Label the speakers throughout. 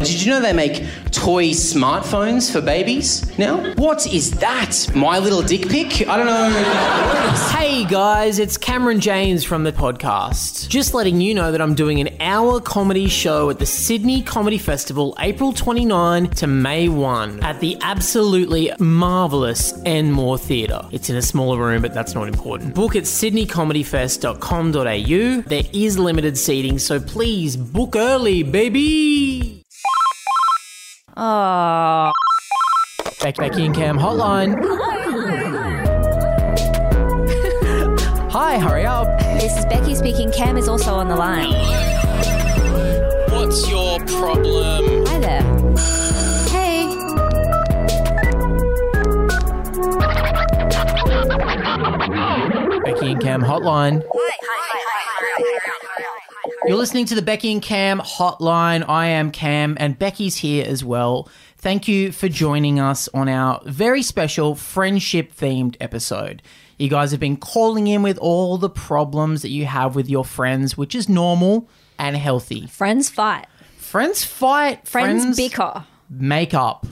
Speaker 1: Did you know they make toy smartphones for babies now? What is that? My little dick pic? I don't know.
Speaker 2: Hey guys, it's Cameron James from the podcast. Just letting you know that I'm doing an hour comedy show at the Sydney Comedy Festival April 29 to May 1 at the absolutely marvellous Enmore Theatre. It's in a smaller room, but that's not important. Book at sydneycomedyfest.com.au. There is limited seating, so please book early, baby.
Speaker 3: Oh.
Speaker 2: Back, Becky and Cam hotline. Hi, hurry up.
Speaker 3: This is Becky speaking. Cam is also on the line.
Speaker 1: What's your problem?
Speaker 3: Hi there. Hey.
Speaker 2: Becky and Cam Hotline. You're listening to the Becky and Cam Hotline. I am Cam, and Becky's here as well. Thank you for joining us on our very special friendship themed episode. You guys have been calling in with all the problems that you have with your friends, which is normal and healthy.
Speaker 3: Friends fight.
Speaker 2: Friends fight,
Speaker 3: Friends, bicker.
Speaker 2: make up.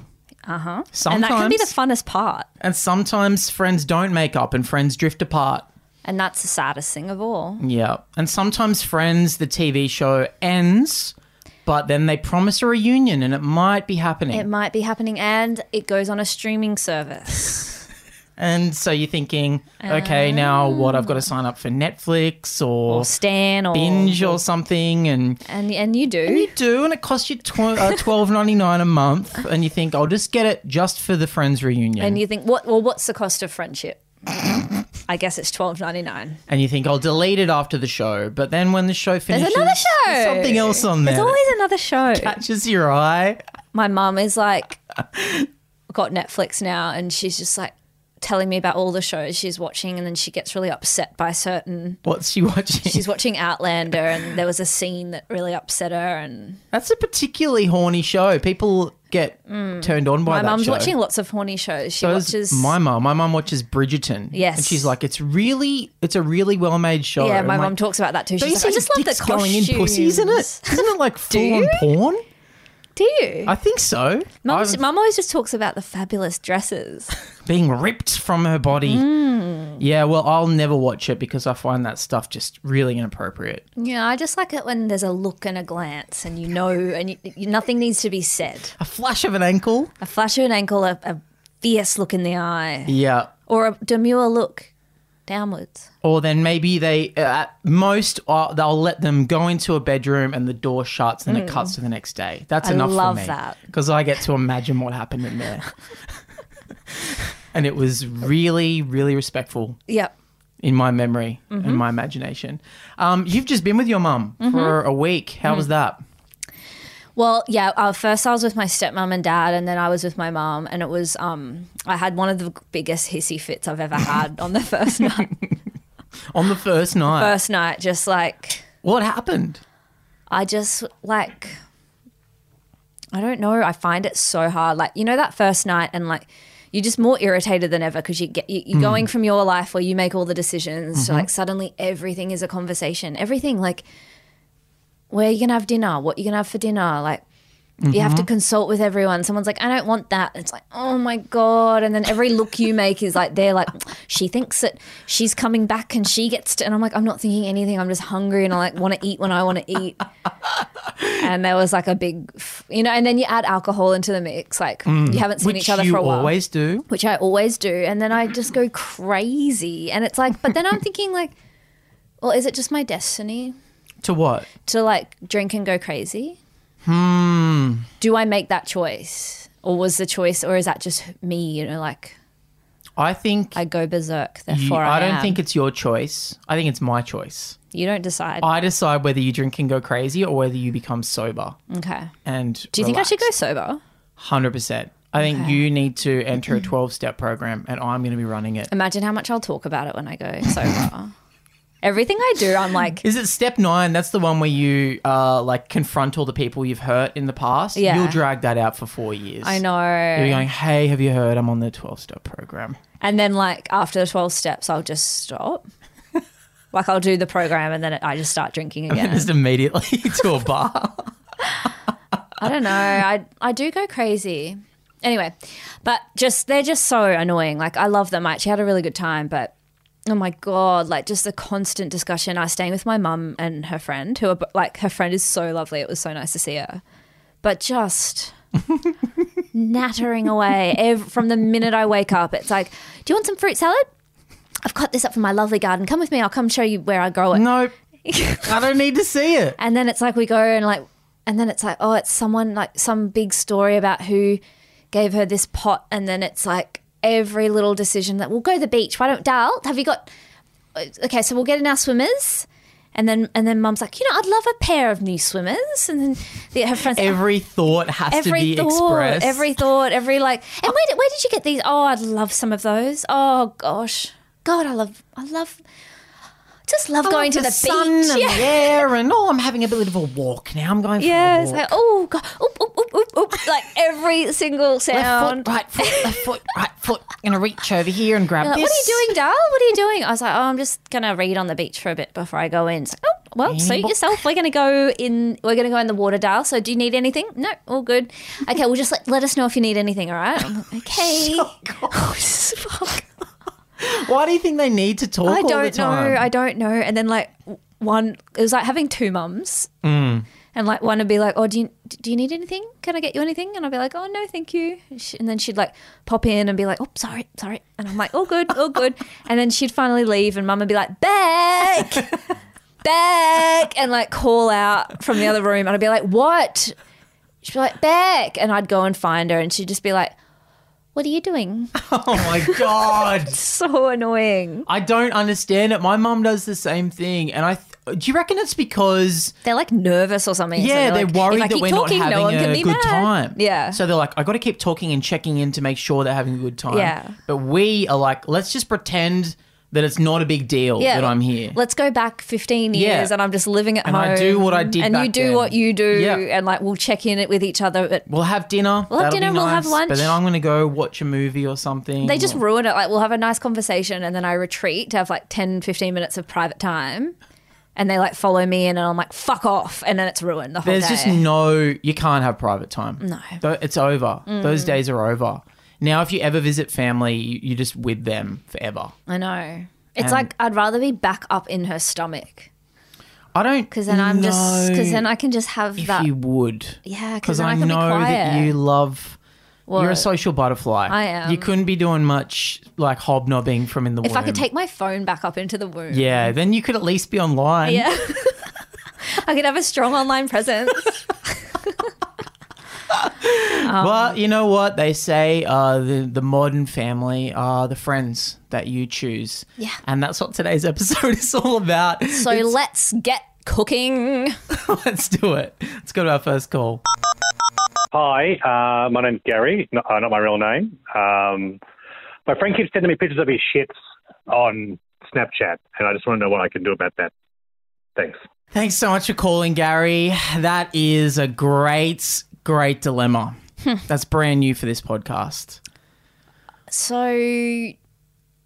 Speaker 3: Uh huh. And
Speaker 2: Sometimes,
Speaker 3: that can be the funnest part.
Speaker 2: and sometimes friends don't make up and friends drift apart.
Speaker 3: And that's the saddest thing of all.
Speaker 2: Yeah. And sometimes Friends, the TV show, ends, but then they promise a reunion and it might be happening.
Speaker 3: It might be happening and it goes on a streaming service.
Speaker 2: and so you're thinking, okay, now what? I've got to sign up for Netflix or
Speaker 3: or Stan or
Speaker 2: Binge or something. And
Speaker 3: And and you do.
Speaker 2: you do, and it costs you tw- uh, twelve ninety nine a month. And you think, I'll just get it just for the Friends reunion.
Speaker 3: and you think, what well what's the cost of friendship? I guess it's twelve ninety nine.
Speaker 2: And you think, I'll delete it after the show. But then when the show finishes,
Speaker 3: another show!
Speaker 2: there's something else on there.
Speaker 3: There's always another show.
Speaker 2: catches your eye.
Speaker 3: my mum is like got Netflix now and she's just like telling me about all the shows she's watching and then she gets really upset by certain
Speaker 2: What's she watching?
Speaker 3: she's watching Outlander and there was a scene that really upset her and
Speaker 2: That's a particularly horny show. People get turned on by
Speaker 3: Mm. my
Speaker 2: that
Speaker 3: mum's
Speaker 2: show.
Speaker 3: watching lots of horny shows. She
Speaker 2: So is
Speaker 3: watches
Speaker 2: my mum. My mum watches Bridgerton.
Speaker 3: Yes.
Speaker 2: and she's like, it's really, it's a really well-made show.
Speaker 3: Yeah,
Speaker 2: I'm
Speaker 3: my
Speaker 2: like,
Speaker 3: mum talks about that too.
Speaker 2: Don't you
Speaker 3: She's
Speaker 2: see
Speaker 3: like, I just love the
Speaker 2: dicks
Speaker 3: costumes.
Speaker 2: going in pussies in it? Isn't it like full-on porn?
Speaker 3: Do you?
Speaker 2: I think so.
Speaker 3: Mum's-
Speaker 2: I've-
Speaker 3: Mum always just talks about the fabulous dresses.
Speaker 2: being ripped from her body.
Speaker 3: Mm.
Speaker 2: Yeah, well, I'll never watch it because I find that stuff just really inappropriate.
Speaker 3: yeah, I just like it when there's a look and a glance, and you know, and you, you, nothing needs to be said.
Speaker 2: A flash of an ankle.
Speaker 3: A flash of an ankle, a, a fierce look in the eye,
Speaker 2: Yeah.
Speaker 3: or a demure look downwards.
Speaker 2: Or then maybe they, uh, at most, uh, they'll let them go into a bedroom and the door shuts and it cuts to the next day. That's
Speaker 3: Hmm. I
Speaker 2: enough
Speaker 3: love
Speaker 2: for me.
Speaker 3: that.
Speaker 2: Because I get to imagine what happened in there. and it was really, really respectful
Speaker 3: Yep.
Speaker 2: in my memory
Speaker 3: Mm-hmm.
Speaker 2: and my imagination. Um, you've just been with your mum for
Speaker 3: Mm-hmm.
Speaker 2: a week. How
Speaker 3: Mm.
Speaker 2: was that?
Speaker 3: Well, yeah. Uh, first, I was with my stepmom and dad, and then I was with my mom, and it was um, I had one of the biggest hissy fits I've ever had on the first night.
Speaker 2: On the first night,
Speaker 3: First night, just like
Speaker 2: what happened?
Speaker 3: I just like I don't know. I find it so hard. Like you know that first night and like you're just more irritated than ever because you get you, you're going from your life where you make all the decisions to like suddenly everything is a conversation. Everything like where you gonna have dinner? What you gonna have for dinner? Like. You have to
Speaker 2: Mm-hmm.
Speaker 3: consult with everyone. Someone's like, I don't want that. It's like, oh my God. And then every look you make is like, they're like, she thinks that she's coming back and she gets to. And I'm like, I'm not thinking anything. I'm just hungry and I like want to eat when I want to eat and there was like a big, f- you know, and then you add alcohol into the mix, like you haven't seen
Speaker 2: Mm. Which
Speaker 3: each other
Speaker 2: you
Speaker 3: for a while,
Speaker 2: always do.
Speaker 3: which I always do, and then I just go crazy, and it's like, but then I'm thinking like, well, is it just my destiny
Speaker 2: To what?
Speaker 3: to like drink and go crazy? Hmm. Do I make that choice, or was the choice, or is that just me? You know, like
Speaker 2: I think.
Speaker 3: I go berserk,
Speaker 2: you-
Speaker 3: therefore I,
Speaker 2: I don't
Speaker 3: am.
Speaker 2: think it's your choice. I think it's my choice.
Speaker 3: you don't decide.
Speaker 2: I decide whether you drink and go crazy or whether you become sober.
Speaker 3: okay.
Speaker 2: And
Speaker 3: Do you think I should go sober?
Speaker 2: Hundred percent. I think you need to enter a twelve-step program, and I'm going to be running it.
Speaker 3: Imagine how much I'll talk about it when I go sober. Everything I do, I'm like.
Speaker 2: Is it step nine? That's the one where you uh, like confront all the people you've hurt in the past.
Speaker 3: Yeah.
Speaker 2: You'll drag that out for four years.
Speaker 3: I know.
Speaker 2: You're going, hey, have you heard? I'm on the twelve-step program.
Speaker 3: And then, like, after the 12 steps, I'll just stop. like, I'll do the program and then I just start drinking again.
Speaker 2: Just immediately to a bar.
Speaker 3: I don't know. I I do go crazy. Anyway, but just they're just so annoying. Like I love them. I actually had a really good time, but oh my god, like just the constant discussion. I was staying with my mum and her friend, who are bo- like her friend is so lovely. It was so nice to see her, but just nattering away ev- from the minute I wake up. It's like, do you want some fruit salad? I've got this up from my lovely garden. Come with me. I'll come show you where I grow it.
Speaker 2: Nope. I don't need to see it.
Speaker 3: And then it's like we go and like, and then it's like, oh, it's someone like some big story about who gave her this pot. And then it's like every little decision that we'll go to the beach. Why don't, Dal, have you got, uh, okay, so we'll get in our swimmers. And then, and then mum's like, you know, I'd love a pair of new swimmers. And then the, her friend's like,
Speaker 2: Every thought has to be expressed. Oh.
Speaker 3: every thought, every like. And where did, where did you get these? Oh, I'd love some of those. Oh gosh, God, I love, I love, just love
Speaker 2: I
Speaker 3: going
Speaker 2: love
Speaker 3: to the,
Speaker 2: sun
Speaker 3: beach.
Speaker 2: and the air and oh, I'm having a bit of a walk now. I'm going for
Speaker 3: Yeah,
Speaker 2: a
Speaker 3: it's
Speaker 2: walk.
Speaker 3: like oh god, oop, oop, oop, oop, oop. like every single
Speaker 2: left
Speaker 3: sound.
Speaker 2: foot, right foot, left foot, right foot. Gonna reach over here and grab
Speaker 3: Like,
Speaker 2: this.
Speaker 3: what are you doing, Dal? What are you doing? I was like, oh, I'm just gonna read on the beach for a bit before I go in. It's like, oh, well, suit
Speaker 2: book?
Speaker 3: yourself. We're gonna go in. We're gonna go in the water, Dal. So, do you need anything? No, all good. Okay, well, just let, let us know if you need anything. All right? I'm like, okay.
Speaker 2: Oh,
Speaker 3: Oh, Fuck.
Speaker 2: Why do you think they need to talk all
Speaker 3: I
Speaker 2: the
Speaker 3: don't know.
Speaker 2: time?
Speaker 3: I don't know. And then like w- one, it was like having two mums,
Speaker 2: Mm.
Speaker 3: and like one would be like, "Oh, do you do you need anything? Can I get you anything?" And I'd be like, "Oh no, thank you." And, she, and then she'd like pop in and be like, "Oh, sorry, sorry," and I'm like, "All good, all good." and then she'd finally leave, and mum would be like, "Back." Back and like call out from the other room, and I'd be like, "What?" She'd be like, "Back," and I'd go and find her, and she'd just be like, "What are you doing?"
Speaker 2: oh my god.
Speaker 3: so annoying.
Speaker 2: I don't understand it. My mum does the same thing, and I. Th- do you reckon it's because
Speaker 3: They're like nervous or something. so
Speaker 2: yeah, they're
Speaker 3: like,
Speaker 2: worried
Speaker 3: if I
Speaker 2: that
Speaker 3: keep
Speaker 2: we're
Speaker 3: talking,
Speaker 2: not
Speaker 3: no one
Speaker 2: having
Speaker 3: can
Speaker 2: a
Speaker 3: be
Speaker 2: good
Speaker 3: mad.
Speaker 2: time?
Speaker 3: Yeah.
Speaker 2: So they're like, I got to keep talking and checking in to make sure they're having a good time.
Speaker 3: Yeah.
Speaker 2: But we are like, let's just pretend that it's not a big deal
Speaker 3: yeah.
Speaker 2: that I'm here.
Speaker 3: Let's go back 15 years
Speaker 2: Yeah.
Speaker 3: and I'm just living at
Speaker 2: And
Speaker 3: home.
Speaker 2: I do what I did
Speaker 3: And you
Speaker 2: back
Speaker 3: do
Speaker 2: then.
Speaker 3: what you do.
Speaker 2: Yeah.
Speaker 3: And like we'll check in it with each other. But
Speaker 2: We'll have dinner.
Speaker 3: We'll
Speaker 2: That'll
Speaker 3: have
Speaker 2: be
Speaker 3: dinner, we'll have
Speaker 2: nice,
Speaker 3: lunch.
Speaker 2: But then I'm going to go watch a movie or something.
Speaker 3: they just
Speaker 2: or-
Speaker 3: ruin it. Like we'll have a nice conversation and then I retreat to have like 10, 15 minutes of private time. And they like follow me in and I'm like, fuck off. And then it's ruined the whole
Speaker 2: There's
Speaker 3: day.
Speaker 2: just no, you can't have private time. No. It's over. Those
Speaker 3: Mm.
Speaker 2: days are over. Now, if you ever visit family, you- you're just with them forever.
Speaker 3: I know. It's like I'd rather be back up in her stomach.
Speaker 2: I don't.
Speaker 3: Because then I'm just, because
Speaker 2: know
Speaker 3: then I can just have
Speaker 2: if
Speaker 3: that.
Speaker 2: you would.
Speaker 3: yeah,
Speaker 2: because
Speaker 3: because then I,
Speaker 2: I,
Speaker 3: can
Speaker 2: know
Speaker 3: be quiet.
Speaker 2: that you love. You're a
Speaker 3: What?
Speaker 2: social butterfly.
Speaker 3: I am.
Speaker 2: You couldn't be doing much like hobnobbing from in the
Speaker 3: If
Speaker 2: womb.
Speaker 3: I could take my phone back up into the womb.
Speaker 2: Yeah, then you could at least be online.
Speaker 3: Yeah. I could have a strong online presence. Um,
Speaker 2: Well, you know what they say: uh, the the modern family are the friends that you choose.
Speaker 3: Yeah.
Speaker 2: and that's what today's episode is all about.
Speaker 3: So let's get cooking.
Speaker 2: Let's do it. Let's go to our first call.
Speaker 4: Hi, uh, my name's Gary, not, uh, not my real name. Um, my friend keeps sending me pictures of his shits on Snapchat, and I just want to know what I can do about that. Thanks.
Speaker 2: Thanks so much for calling, Gary. That is a great, great dilemma.
Speaker 3: Hmm.
Speaker 2: that's brand new for this podcast.
Speaker 3: So yeah,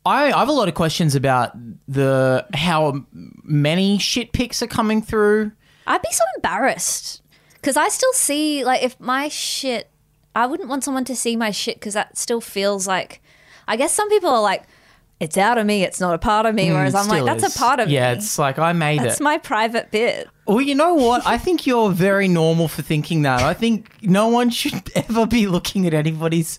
Speaker 2: I, I have a lot of questions about the how many shit pics are coming through.
Speaker 3: I'd be so embarrassed because I still see like if my shit, I wouldn't want someone to see my shit because that still feels like. I guess some people are like, it's out of me, it's not a part of me. Whereas I'm like,
Speaker 2: Mm, Still
Speaker 3: that's
Speaker 2: is.
Speaker 3: a part of
Speaker 2: Yeah,
Speaker 3: me.
Speaker 2: it's like I made
Speaker 3: That's
Speaker 2: it.
Speaker 3: my private bit.
Speaker 2: well, you know what? I think you're very normal for thinking that. I think no one should ever be looking at anybody's.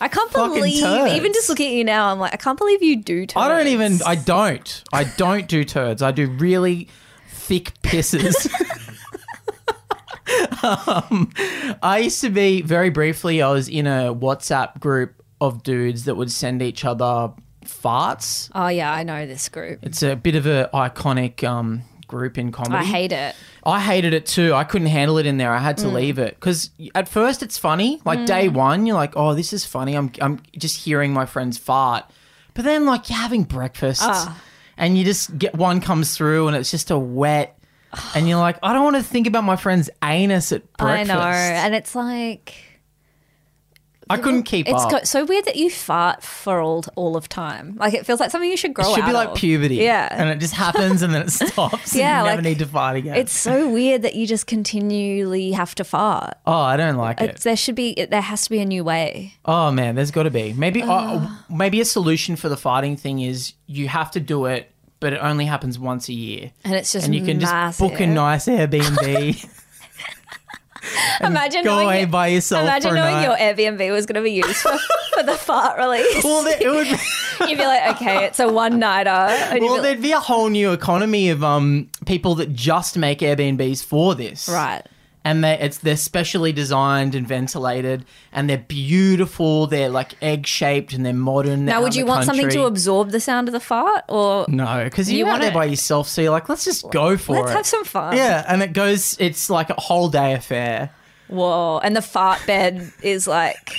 Speaker 3: I can't
Speaker 2: Fucking
Speaker 3: believe,
Speaker 2: turds.
Speaker 3: even just looking at you now, I'm like, I can't believe you do. Turds.
Speaker 2: I don't even. I don't. I don't do turds. I do really thick pisses. um, I used to be very briefly. I was in a WhatsApp group of dudes that would send each other farts
Speaker 3: Oh yeah, I know this group.
Speaker 2: It's a bit of a iconic um, group in comedy.
Speaker 3: I hate it.
Speaker 2: I hated it too. I couldn't handle it in there. I had
Speaker 3: Mm.
Speaker 2: to leave it because at first it's funny. Like day one, you're like, "Oh, this is funny." I'm I'm just hearing my friends fart, but then like you're having breakfast,
Speaker 3: Ah.
Speaker 2: and you just get one comes through, and it's just a wet, and you're like, "I don't want to think about my friend's anus at breakfast."
Speaker 3: I know, and it's like
Speaker 2: I couldn't keep
Speaker 3: It's
Speaker 2: up.
Speaker 3: go- so weird that you fart for all, all of time. Like it feels like something you should grow
Speaker 2: it should
Speaker 3: out
Speaker 2: be like
Speaker 3: of.
Speaker 2: puberty.
Speaker 3: Yeah.
Speaker 2: And it just happens and then it stops.
Speaker 3: Yeah,
Speaker 2: And you never
Speaker 3: like,
Speaker 2: need to fight again.
Speaker 3: it's so weird that you just continually have to fart.
Speaker 2: oh, I don't like it.
Speaker 3: It's, there should be it- there has to be a new way.
Speaker 2: Oh man, there's got to be maybe uh, maybe a solution for the fighting thing is you have to do it, but it only happens once a year,
Speaker 3: And it's just
Speaker 2: and you can just
Speaker 3: massive.
Speaker 2: book a nice Airbnb,
Speaker 3: Imagine
Speaker 2: go
Speaker 3: knowing
Speaker 2: away
Speaker 3: your-
Speaker 2: by yourself
Speaker 3: Imagine
Speaker 2: for a
Speaker 3: knowing
Speaker 2: night.
Speaker 3: your Airbnb was going to be used for, for the fart release.
Speaker 2: well, there, it would.
Speaker 3: You'd be like, okay, it's a one nighter.
Speaker 2: Well, there'd be a whole new economy of um people that just make Airbnbs for this,
Speaker 3: right.
Speaker 2: and they it's they're specially designed and ventilated, and they're beautiful. They're like egg shaped and they're modern. they're
Speaker 3: Now,
Speaker 2: out
Speaker 3: would
Speaker 2: in
Speaker 3: you
Speaker 2: the
Speaker 3: want something
Speaker 2: country.
Speaker 3: to absorb the sound of the fart, or
Speaker 2: No, because you're
Speaker 3: You
Speaker 2: out
Speaker 3: want
Speaker 2: there
Speaker 3: it-
Speaker 2: by yourself, so you're like, let's just go for
Speaker 3: let's
Speaker 2: it.
Speaker 3: have some fun?
Speaker 2: Yeah, and it goes. It's like a whole day affair.
Speaker 3: Whoa! And the fart bed is like.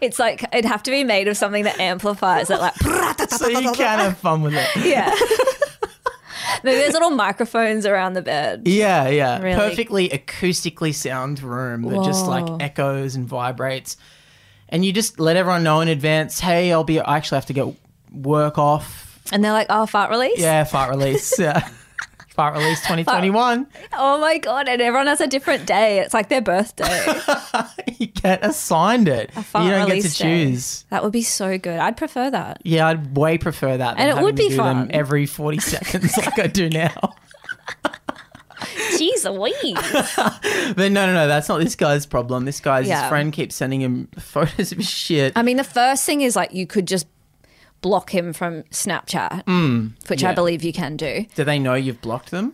Speaker 3: It's like it'd have to be made of something that amplifies it, like
Speaker 2: So you can have fun with it.
Speaker 3: yeah. Maybe there's little microphones around the bed.
Speaker 2: Yeah, yeah.
Speaker 3: Really?
Speaker 2: Perfectly acoustically sound room that just like
Speaker 3: Whoa.
Speaker 2: echoes and vibrates. And you just let everyone know in advance, hey, I'll be. I actually have to get work off.
Speaker 3: And they're like, "Oh, fart release."
Speaker 2: Yeah, fart release. yeah. Fart release 2021.
Speaker 3: Oh my god! And everyone has a different day. It's like their birthday.
Speaker 2: You get assigned it.
Speaker 3: Fart
Speaker 2: you don't get to
Speaker 3: release day.
Speaker 2: choose.
Speaker 3: That would be so good. I'd prefer that.
Speaker 2: Yeah, I'd way prefer that. Than
Speaker 3: And it would
Speaker 2: having to
Speaker 3: be
Speaker 2: do them
Speaker 3: fun.
Speaker 2: every 40 seconds like I do now.
Speaker 3: Jeez Louise.
Speaker 2: But no, no, no, that's not this guy's problem. This guy's his
Speaker 3: Yeah. Um,
Speaker 2: friend keeps sending him photos of his shit.
Speaker 3: I mean, the first thing is like you could just block him from Snapchat, which
Speaker 2: Mm. yeah.
Speaker 3: I believe you can do.
Speaker 2: Do they know you've blocked them?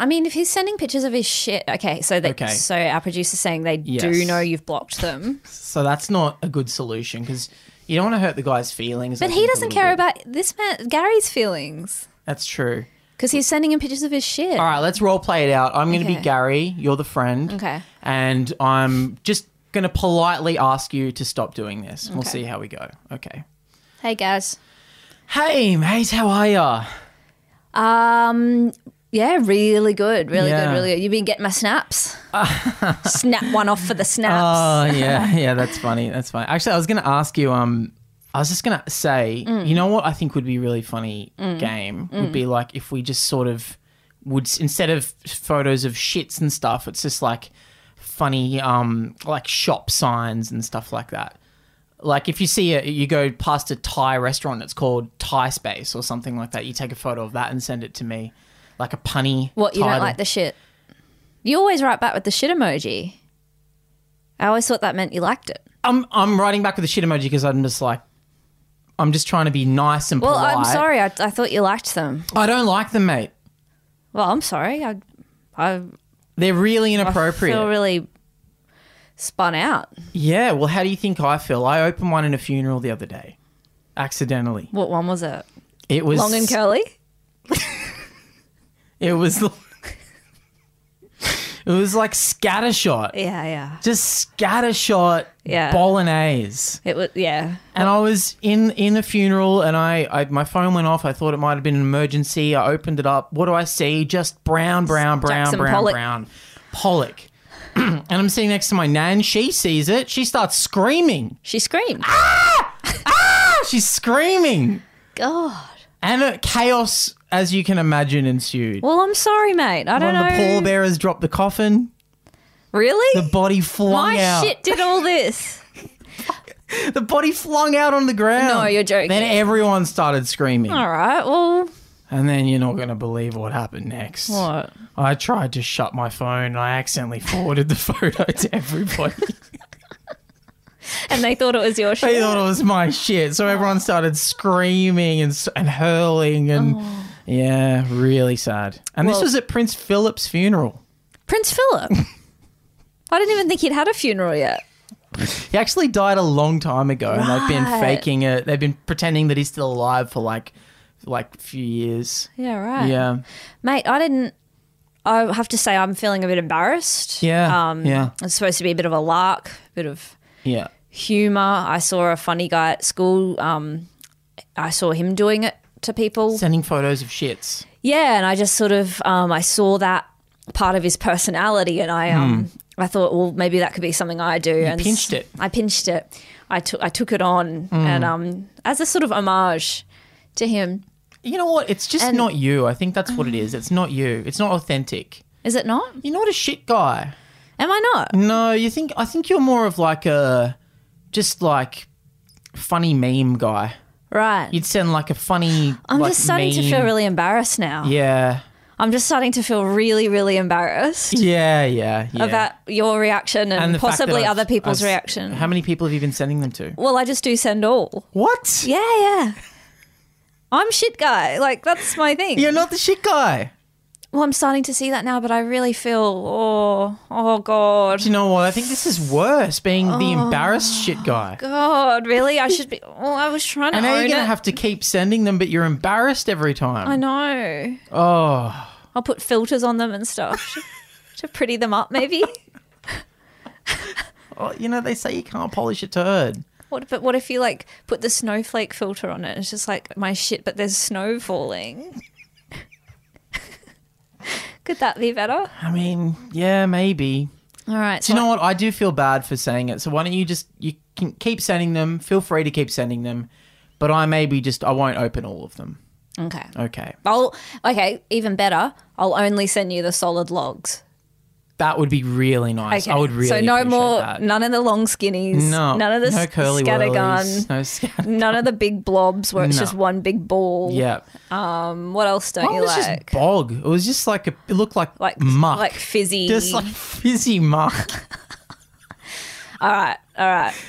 Speaker 3: I mean, if he's sending pictures of his shit, okay. So they,
Speaker 2: Okay.
Speaker 3: so our producer's saying they do
Speaker 2: Yes.
Speaker 3: know you've blocked them,
Speaker 2: So that's not a good solution because you don't want to hurt the guy's feelings. I
Speaker 3: but
Speaker 2: think,
Speaker 3: he
Speaker 2: a
Speaker 3: doesn't
Speaker 2: little
Speaker 3: care
Speaker 2: bit.
Speaker 3: about this man Gary's feelings
Speaker 2: That's true.
Speaker 3: because he's sending him pictures of his shit.
Speaker 2: All right, let's role play it out. I'm going to be
Speaker 3: Okay.
Speaker 2: Gary. You're the friend.
Speaker 3: Okay.
Speaker 2: And I'm just going to politely ask you to stop doing this. We'll
Speaker 3: Okay.
Speaker 2: see how we go. Okay.
Speaker 3: Hey, guys.
Speaker 2: Hey, mate, how are ya?
Speaker 3: Um, yeah, really good, really
Speaker 2: Yeah.
Speaker 3: good, really good. You've been getting my snaps. Snap one off for the snaps.
Speaker 2: Oh yeah, yeah, that's funny. That's funny. Actually, I was going to ask you. Um, I was just going to say,
Speaker 3: Mm.
Speaker 2: you know what I think would be a really funny game would be like if we just sort of would s- instead of photos of shits and stuff, it's just like funny, um, like shop signs and stuff like that. Like if you see a, you go past a Thai restaurant that's called Thai Space or something like that, you take a photo of that and send it to me, like a punny.
Speaker 3: What you don't
Speaker 2: title.
Speaker 3: like the shit? You always write back with the shit emoji. I always thought that meant you liked it.
Speaker 2: I'm I'm writing back with a shit emoji because I'm just like, I'm just trying to be nice and
Speaker 3: Well,
Speaker 2: polite.
Speaker 3: I'm sorry. I, I thought you liked them.
Speaker 2: I don't like them, mate.
Speaker 3: Well, I'm sorry. I, I,
Speaker 2: They're really
Speaker 3: I
Speaker 2: inappropriate.
Speaker 3: feel really spun out.
Speaker 2: yeah. Well, how do you think I feel? I opened one in a funeral the other day, accidentally.
Speaker 3: What one was it?
Speaker 2: It was
Speaker 3: Long and curly.
Speaker 2: It was. it was like scattershot,
Speaker 3: Yeah, yeah.
Speaker 2: just scattershot
Speaker 3: Yeah.
Speaker 2: bolognese.
Speaker 3: It was yeah.
Speaker 2: And I was in in a funeral, and I, I my phone went off. I thought it might have been an emergency. I opened it up. What do I see? Just brown, brown, brown,
Speaker 3: Jackson
Speaker 2: brown,
Speaker 3: Pollock.
Speaker 2: brown. Pollock. and I'm sitting next to my nan. She sees it. She starts screaming.
Speaker 3: She screamed.
Speaker 2: Ah, She's screaming,
Speaker 3: God.
Speaker 2: and uh, chaos as you can imagine ensued.
Speaker 3: Well, I'm sorry, mate. I
Speaker 2: One
Speaker 3: don't
Speaker 2: of the
Speaker 3: know.
Speaker 2: pallbearers dropped the coffin.
Speaker 3: really?
Speaker 2: The body flung
Speaker 3: My
Speaker 2: out.
Speaker 3: shit did all this.
Speaker 2: The body flung out on the ground.
Speaker 3: No, you're joking.
Speaker 2: Then everyone started screaming,
Speaker 3: all right. Well,
Speaker 2: and then you're not going to believe what happened next.
Speaker 3: what?
Speaker 2: I tried to shut my phone and I accidentally forwarded the photo to everybody.
Speaker 3: And they thought it was your shit.
Speaker 2: they thought it was my shit. So everyone started screaming and, s- and hurling and yeah, really sad. And this
Speaker 3: Oh. Well-
Speaker 2: was at Prince Philip's funeral.
Speaker 3: Prince Philip. I didn't even think he'd had a funeral yet.
Speaker 2: He actually died a long time ago and they've been
Speaker 3: Right.
Speaker 2: faking it. They've been pretending that he's still alive for like like a few years.
Speaker 3: Yeah, right.
Speaker 2: Yeah.
Speaker 3: Mate, I didn't. I have to say, I'm feeling a bit embarrassed.
Speaker 2: Yeah.
Speaker 3: Um,
Speaker 2: yeah.
Speaker 3: It's supposed to be a bit of a lark, a bit of
Speaker 2: Yeah.
Speaker 3: humor. I saw a funny guy at school. Um, I saw him doing it to people.
Speaker 2: Sending photos of shits.
Speaker 3: Yeah, and I just sort of um, I saw that part of his personality, and I um, I thought, well, maybe that could be something I do. You and s-
Speaker 2: Hmm. pinched it. Hmm.
Speaker 3: I pinched it. I took I took it on, and um, as a sort of homage to him.
Speaker 2: You know what? It's just
Speaker 3: And-
Speaker 2: not you. I think that's what it is. It's not you. It's not authentic.
Speaker 3: Is it not?
Speaker 2: You're not a shit guy.
Speaker 3: Am I not?
Speaker 2: No, you think I think you're more of like a just like funny meme guy.
Speaker 3: Right.
Speaker 2: You'd send like a funny.
Speaker 3: I'm
Speaker 2: like,
Speaker 3: just starting to
Speaker 2: meme-
Speaker 3: feel really embarrassed now.
Speaker 2: Yeah,
Speaker 3: I'm just starting to feel really, really embarrassed
Speaker 2: yeah, yeah. yeah.
Speaker 3: about your reaction and,
Speaker 2: And the fact that
Speaker 3: possibly
Speaker 2: I've-
Speaker 3: other people's
Speaker 2: I've-
Speaker 3: reaction.
Speaker 2: How many people have you been sending them to?
Speaker 3: well, I just do send all.
Speaker 2: What?
Speaker 3: Yeah, yeah. I'm shit guy. Like that's my thing.
Speaker 2: You're not the shit guy.
Speaker 3: Well, I'm starting to see that now, but I really feel oh, oh god,
Speaker 2: Do you know what? I think this is worse. Being the embarrassed shit guy.
Speaker 3: Oh, god, really? I should be. Oh, I was trying to
Speaker 2: And now
Speaker 3: own
Speaker 2: you're gonna
Speaker 3: it.
Speaker 2: have to keep sending them, but you're embarrassed every time.
Speaker 3: I know.
Speaker 2: Oh,
Speaker 3: I'll put filters on them and stuff to pretty them up. Maybe.
Speaker 2: oh, you know they say you can't polish a turd.
Speaker 3: What? But what if you like put the snowflake filter on it? It's just like my shit, but there's snow falling. Could that be better?
Speaker 2: I mean, yeah, maybe.
Speaker 3: All right.
Speaker 2: Do you know what? I do feel bad for saying it. So why don't you just you can keep sending them. Feel free to keep sending them, but I maybe just I won't open all of them.
Speaker 3: Okay.
Speaker 2: Okay,
Speaker 3: I'll okay. Even better. I'll only send you the solid logs.
Speaker 2: that would be really nice.
Speaker 3: Okay.
Speaker 2: I would really
Speaker 3: So no
Speaker 2: appreciate
Speaker 3: more.
Speaker 2: that.
Speaker 3: None of the long skinnies.
Speaker 2: no,
Speaker 3: None of the
Speaker 2: no
Speaker 3: s-
Speaker 2: curly
Speaker 3: scattergun.
Speaker 2: whirlies, no scat-
Speaker 3: None of the big blobs where it's
Speaker 2: No.
Speaker 3: just one big ball.
Speaker 2: yeah.
Speaker 3: What else don't
Speaker 2: Mine
Speaker 3: you
Speaker 2: was
Speaker 3: like?
Speaker 2: just bog. It was just like a. It looked like
Speaker 3: Like-
Speaker 2: muck,
Speaker 3: like fizzy.
Speaker 2: just like fizzy muck.
Speaker 3: All right.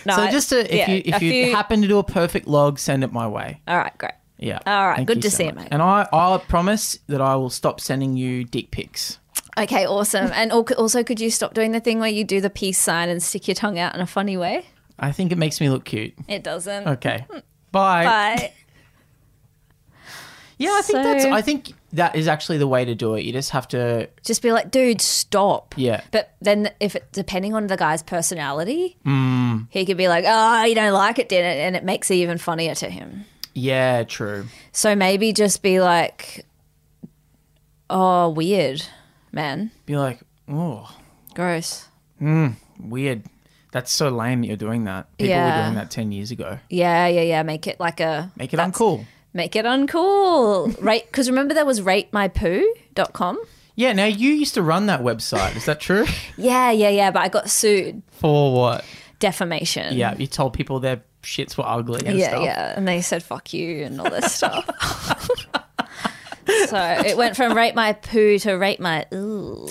Speaker 3: No,
Speaker 2: So
Speaker 3: I-
Speaker 2: just to, if
Speaker 3: yeah,
Speaker 2: you if
Speaker 3: a
Speaker 2: you
Speaker 3: few-
Speaker 2: happen to do a perfect log, send it my way.
Speaker 3: all right, great.
Speaker 2: Yeah.
Speaker 3: All right,
Speaker 2: Thank
Speaker 3: good
Speaker 2: you
Speaker 3: to
Speaker 2: so
Speaker 3: see you,
Speaker 2: much.
Speaker 3: mate.
Speaker 2: And I I promise that I will stop sending you dick pics.
Speaker 3: Okay, awesome. And al- also, could you stop doing the thing where you do the peace sign and stick your tongue out in a funny way?
Speaker 2: I think it makes me look cute.
Speaker 3: It doesn't.
Speaker 2: Okay. Bye.
Speaker 3: But
Speaker 2: Yeah, I think
Speaker 3: So-
Speaker 2: that's I think that is actually the way to do it. You just have to
Speaker 3: just be like, dude, stop.
Speaker 2: Yeah.
Speaker 3: But then, if it, depending on the guy's personality,
Speaker 2: Mm.
Speaker 3: he could be like, oh, you don't like it, did it? And it makes it even funnier to him.
Speaker 2: Yeah, true.
Speaker 3: So maybe just be like, oh, weird, man.
Speaker 2: Be like, "Oh,
Speaker 3: Gross.
Speaker 2: weird. That's so lame that you're doing that." People were
Speaker 3: Yeah.
Speaker 2: doing that 10 years ago.
Speaker 3: Yeah, yeah, yeah. Make it like a.
Speaker 2: Make it
Speaker 3: that's-
Speaker 2: uncool.
Speaker 3: Make it uncool. Rate, because remember there was ratemypoo.com?
Speaker 2: Yeah, now you used to run that website. Is that true?
Speaker 3: Yeah, yeah, yeah. But I got sued.
Speaker 2: For what?
Speaker 3: Defamation.
Speaker 2: Yeah, you told people their shits were ugly and
Speaker 3: Yeah,
Speaker 2: stuff.
Speaker 3: yeah. And they said fuck you and all this stuff. so it went from rate my poo to rate my ooh.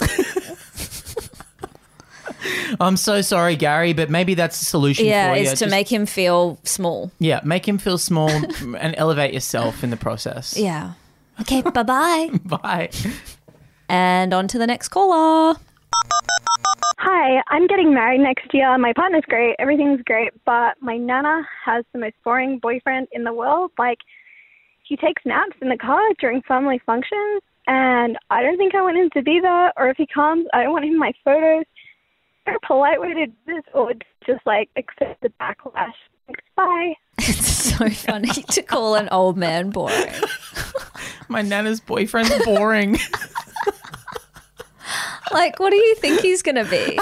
Speaker 2: I'm so sorry, Gary, but maybe that's the solution
Speaker 3: Yeah,
Speaker 2: for you.
Speaker 3: is to
Speaker 2: Just-
Speaker 3: make him feel small.
Speaker 2: yeah, make him feel small and elevate yourself in the process.
Speaker 3: Yeah. Okay, bye bye.
Speaker 2: Bye.
Speaker 3: And on to the next caller.
Speaker 5: Hi, I'm getting married next year. My partner's great, everything's great, but my nana has the most boring boyfriend in the world. Like, he takes naps in the car during family functions, and I don't think I want him to be there, or if he comes, I don't want him in my photos. Is there a polite way to do this, or just like accept the backlash? Thanks, bye.
Speaker 3: It's so funny to call an old man boring.
Speaker 2: My nana's boyfriend's boring.
Speaker 3: Like, what do you think he's gonna be?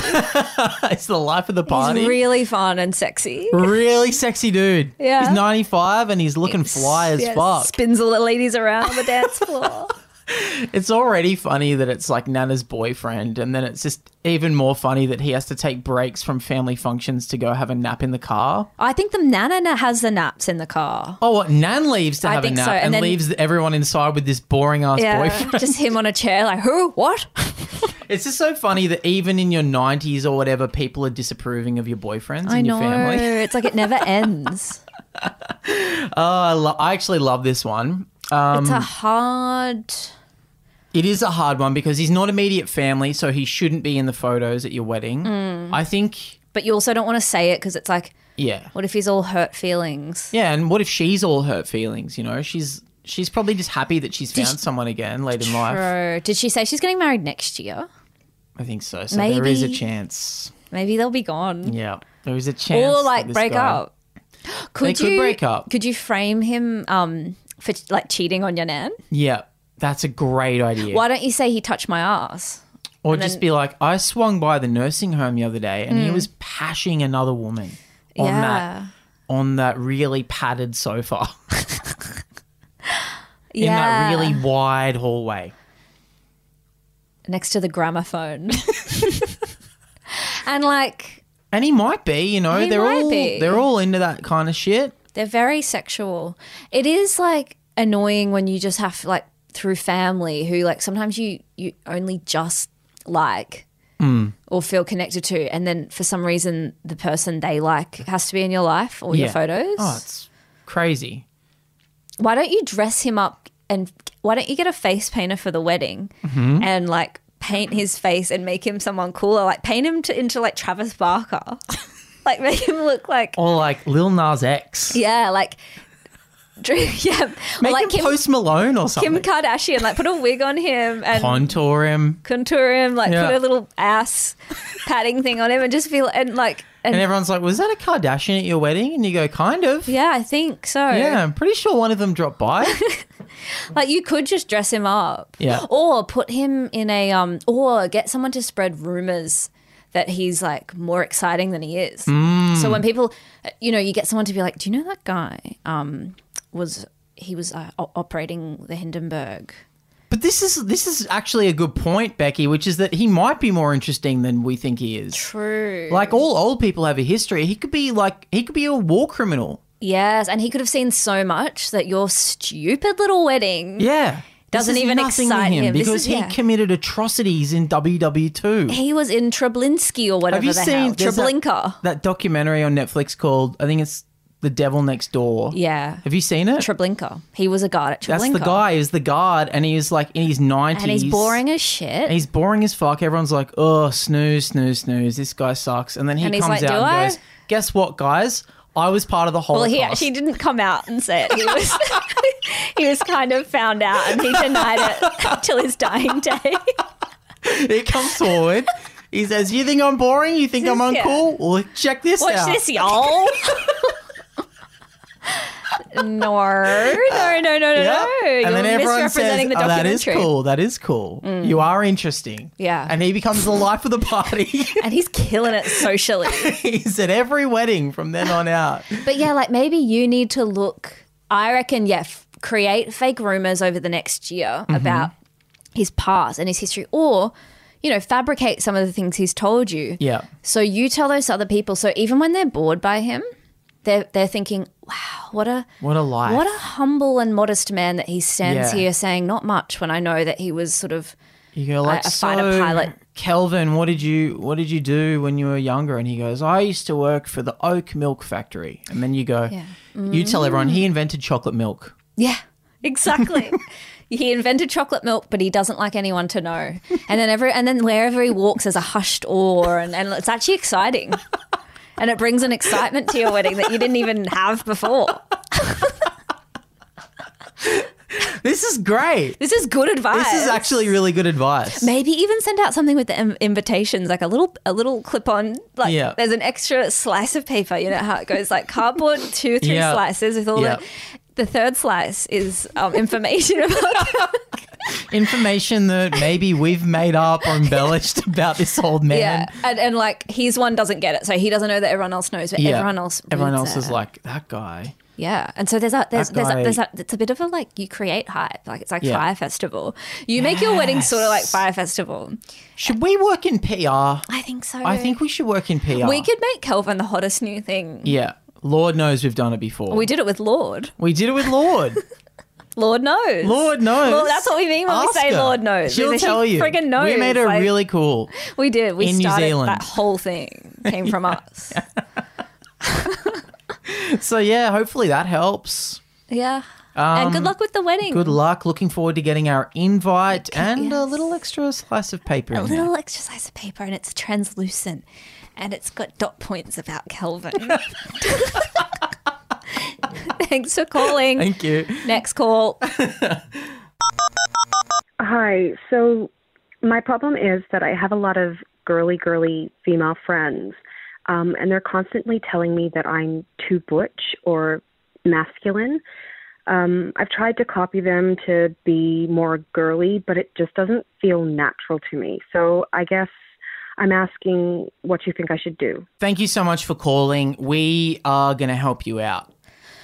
Speaker 2: it's the life of the party.
Speaker 3: He's really fun and sexy.
Speaker 2: Really sexy dude.
Speaker 3: Yeah.
Speaker 2: He's 95 and he's looking fly as
Speaker 3: Yeah,
Speaker 2: fuck.
Speaker 3: Spins all the ladies around on the dance floor.
Speaker 2: It's already funny that it's like Nana's boyfriend, and then it's just even more funny that he has to take breaks from family functions to go have a nap in the car.
Speaker 3: I think the nana has the naps in the car.
Speaker 2: Oh, what? Nan leaves to
Speaker 3: I
Speaker 2: have a
Speaker 3: think
Speaker 2: nap
Speaker 3: so, and
Speaker 2: and,
Speaker 3: then-
Speaker 2: leaves everyone inside with this boring ass boyfriend.
Speaker 3: just him on a chair, like who? What?
Speaker 2: It's just so funny that even in your 90s or whatever, people are disapproving of your boyfriends
Speaker 3: I
Speaker 2: and your
Speaker 3: know.
Speaker 2: family.
Speaker 3: It's like it never ends.
Speaker 2: I, lo- I actually love this one.
Speaker 3: it's
Speaker 2: Um,
Speaker 3: a hard.
Speaker 2: It is a hard one because he's not immediate family, so he shouldn't be in the photos at your wedding.
Speaker 3: Mm.
Speaker 2: I think,
Speaker 3: But you also don't want to say it because it's like,
Speaker 2: yeah.
Speaker 3: what if he's all hurt feelings?
Speaker 2: Yeah, and what if she's all hurt feelings, you know? She's she's probably just happy that she's found
Speaker 3: she-
Speaker 2: someone again late in life.
Speaker 3: Bro, did she say she's getting married next year?
Speaker 2: I think so. So there is a
Speaker 3: Maybe.
Speaker 2: chance.
Speaker 3: Maybe they'll be gone,
Speaker 2: Yeah. There is a chance.
Speaker 3: or
Speaker 2: that
Speaker 3: like
Speaker 2: this
Speaker 3: break
Speaker 2: guy-
Speaker 3: up. Could
Speaker 2: could
Speaker 3: you
Speaker 2: break up.
Speaker 3: Could you frame him um, for like cheating on your nan?
Speaker 2: Yeah. That's a great idea.
Speaker 3: Why don't you say he touched my ass?
Speaker 2: Or
Speaker 3: And
Speaker 2: just
Speaker 3: then- Mm.
Speaker 2: be like, I swung by the nursing home the other day and he was pashing another woman on that
Speaker 3: yeah.
Speaker 2: on that really padded sofa in
Speaker 3: yeah.
Speaker 2: that really wide hallway.
Speaker 3: next to the gramophone. and like
Speaker 2: And he might be, you know,
Speaker 3: He
Speaker 2: they're
Speaker 3: might
Speaker 2: all
Speaker 3: be.
Speaker 2: they're all into that kind of shit.
Speaker 3: they're very sexual. It is like annoying when you just have like through family who like sometimes you you only just like
Speaker 2: Mm.
Speaker 3: or feel connected to and then for some reason the person they like has to be in your life or your
Speaker 2: Yeah.
Speaker 3: photos.
Speaker 2: Oh, it's crazy.
Speaker 3: why don't you dress him up and why don't you get a face painter for the wedding
Speaker 2: Mm-hmm.
Speaker 3: and like paint his face and make him someone cooler like paint him to, into like travis barker like make him look like
Speaker 2: Or like Lil Nas X.
Speaker 3: yeah like Drew, yeah
Speaker 2: Make
Speaker 3: like
Speaker 2: him
Speaker 3: kim,
Speaker 2: post Malone or
Speaker 3: kim
Speaker 2: something.
Speaker 3: kardashian like put a wig on him and
Speaker 2: Contour him.
Speaker 3: contour him like
Speaker 2: Yeah.
Speaker 3: put a little ass padding thing on him and just feel and like and,
Speaker 2: And everyone's like, Was that a Kardashian at your wedding? And you go, Kind of.
Speaker 3: yeah i think so
Speaker 2: Yeah, I'm pretty sure one of them dropped by.
Speaker 3: Like you could just dress him up.
Speaker 2: Yeah.
Speaker 3: Or put him in a um or get someone to spread rumors that he's like more exciting than he is.
Speaker 2: Mm.
Speaker 3: So when people uh, you know, you get someone to be like, "Do you know that guy um was he was uh, o- operating the Hindenburg?"
Speaker 2: But this is this is actually a good point, Becky, which is that he might be more interesting than we think he is.
Speaker 3: True.
Speaker 2: Like all old people have a history. He could be like he could be a war criminal.
Speaker 3: Yes, and he could have seen so much that your stupid little wedding.
Speaker 2: Yeah. This
Speaker 3: Doesn't
Speaker 2: is
Speaker 3: even
Speaker 2: nothing to
Speaker 3: excite him. This
Speaker 2: because
Speaker 3: is-
Speaker 2: he
Speaker 3: yeah.
Speaker 2: committed atrocities in WW2.
Speaker 3: He was in Treblinski or whatever
Speaker 2: Have you
Speaker 3: the
Speaker 2: seen
Speaker 3: hell.
Speaker 2: there's that-
Speaker 3: Treblinka.
Speaker 2: That, documentary on Netflix called I think it's The Devil Next Door.
Speaker 3: yeah.
Speaker 2: Have you seen it?
Speaker 3: Treblinka. He was a guard at Treblinka.
Speaker 2: That's the guy. Is the guard, and he was like in his nineties,
Speaker 3: And he's boring as shit.
Speaker 2: And he's boring as fuck. Everyone's like, oh, snooze, snooze, snooze. This guy sucks. And then he
Speaker 3: And he's
Speaker 2: comes
Speaker 3: like,
Speaker 2: out
Speaker 3: "Do
Speaker 2: and
Speaker 3: I?"
Speaker 2: goes, guess what, guys? I was part of the whole.
Speaker 3: Well, he actually didn't come out and say it. He was he was kind of found out and he denied it till his dying day.
Speaker 2: He comes forward. He says, "You think I'm boring? You think I'm
Speaker 3: Yeah.
Speaker 2: uncool? Well, check this
Speaker 3: Watch
Speaker 2: out."
Speaker 3: this, y'all. no, no, no, no, no,
Speaker 2: Yep.
Speaker 3: no. You're
Speaker 2: and then everyone says,
Speaker 3: misrepresenting the
Speaker 2: "Oh, that
Speaker 3: documentary. Mm.
Speaker 2: is cool. That is cool. You are interesting."
Speaker 3: Yeah.
Speaker 2: And he becomes the life of the party.
Speaker 3: And he's killing it socially.
Speaker 2: He's at every wedding from then on out.
Speaker 3: But yeah, like maybe you need to look. I reckon, yeah, f- create fake rumors over the next year
Speaker 2: Mm-hmm.
Speaker 3: about his past and his history, or you know, fabricate some of the things he's told you.
Speaker 2: Yeah.
Speaker 3: So you tell those other people. So even when they're bored by him, they're they're thinking, wow, what a
Speaker 2: What a life.
Speaker 3: what a humble and modest man that he stands
Speaker 2: Yeah.
Speaker 3: here saying not much when I know that he was sort of
Speaker 2: You go like
Speaker 3: a
Speaker 2: so,
Speaker 3: fighter pilot.
Speaker 2: Kelvin, what did you what did you do when you were younger? And he goes, I used to work for the oat milk factory. And then you go, you tell everyone
Speaker 3: Mm.
Speaker 2: he invented chocolate milk.
Speaker 3: Yeah, exactly. he invented chocolate milk, but he doesn't like anyone to know. And then every and then wherever he walks, there's a hushed awe, and, and it's actually exciting. And it brings an excitement to your wedding that you didn't even have before.
Speaker 2: This is great.
Speaker 3: This is good advice.
Speaker 2: This is actually really good advice.
Speaker 3: maybe even send out something with the Im- invitations, like a little a little clip on. Like
Speaker 2: Yeah.
Speaker 3: there's an extra slice of paper. You know how it goes, like cardboard, two, three
Speaker 2: Yeah.
Speaker 3: slices with all
Speaker 2: Yeah.
Speaker 3: the. The third slice is um, information about
Speaker 2: Information that maybe we've made up or embellished about this old man.
Speaker 3: Yeah, and, and like his one doesn't get it, so he doesn't know that everyone else knows, but
Speaker 2: Yeah.
Speaker 3: everyone else,
Speaker 2: Everyone
Speaker 3: reads
Speaker 2: else is
Speaker 3: it.
Speaker 2: like, that guy.
Speaker 3: yeah. And so there's a there's
Speaker 2: That
Speaker 3: there's, a,
Speaker 2: guy-
Speaker 3: there's a, it's a bit of a like you create hype, like it's like
Speaker 2: Yeah.
Speaker 3: fire festival. You make your wedding sort of like
Speaker 2: Yes.
Speaker 3: fire festival.
Speaker 2: Should we work in PR?
Speaker 3: I think so.
Speaker 2: I think we should work in PR.
Speaker 3: we could make Kelvin the hottest new thing.
Speaker 2: Yeah. Lord knows we've done it before.
Speaker 3: We did it with Lord.
Speaker 2: we did it with Lord.
Speaker 3: Lord knows.
Speaker 2: Lord knows.
Speaker 3: Well, that's what we mean when we
Speaker 2: Ask
Speaker 3: say
Speaker 2: her.
Speaker 3: Lord knows.
Speaker 2: She'll
Speaker 3: She
Speaker 2: tell you.
Speaker 3: friggin' knows,
Speaker 2: We made her
Speaker 3: like-
Speaker 2: really cool.
Speaker 3: We did. We
Speaker 2: In New
Speaker 3: started
Speaker 2: Zealand.
Speaker 3: that whole thing came from us.
Speaker 2: So yeah, hopefully that helps.
Speaker 3: Yeah. and
Speaker 2: Um,
Speaker 3: good luck with the wedding.
Speaker 2: Good luck. Looking forward to getting our invite and a little extra slice of paper
Speaker 3: a
Speaker 2: in there.
Speaker 3: little extra slice of paper and it's translucent and it's got dot points about Kelvin. Thanks for calling.
Speaker 2: Thank you.
Speaker 3: Next call.
Speaker 6: Hi. So my problem is that I have a lot of girly, girly female friends, um, and they're constantly telling me that I'm too butch or masculine. Um, I've tried to copy them to be more girly, but it just doesn't feel natural to me. So I guess I'm asking what you think I should do.
Speaker 2: Thank you so much for calling. We are going to help you out.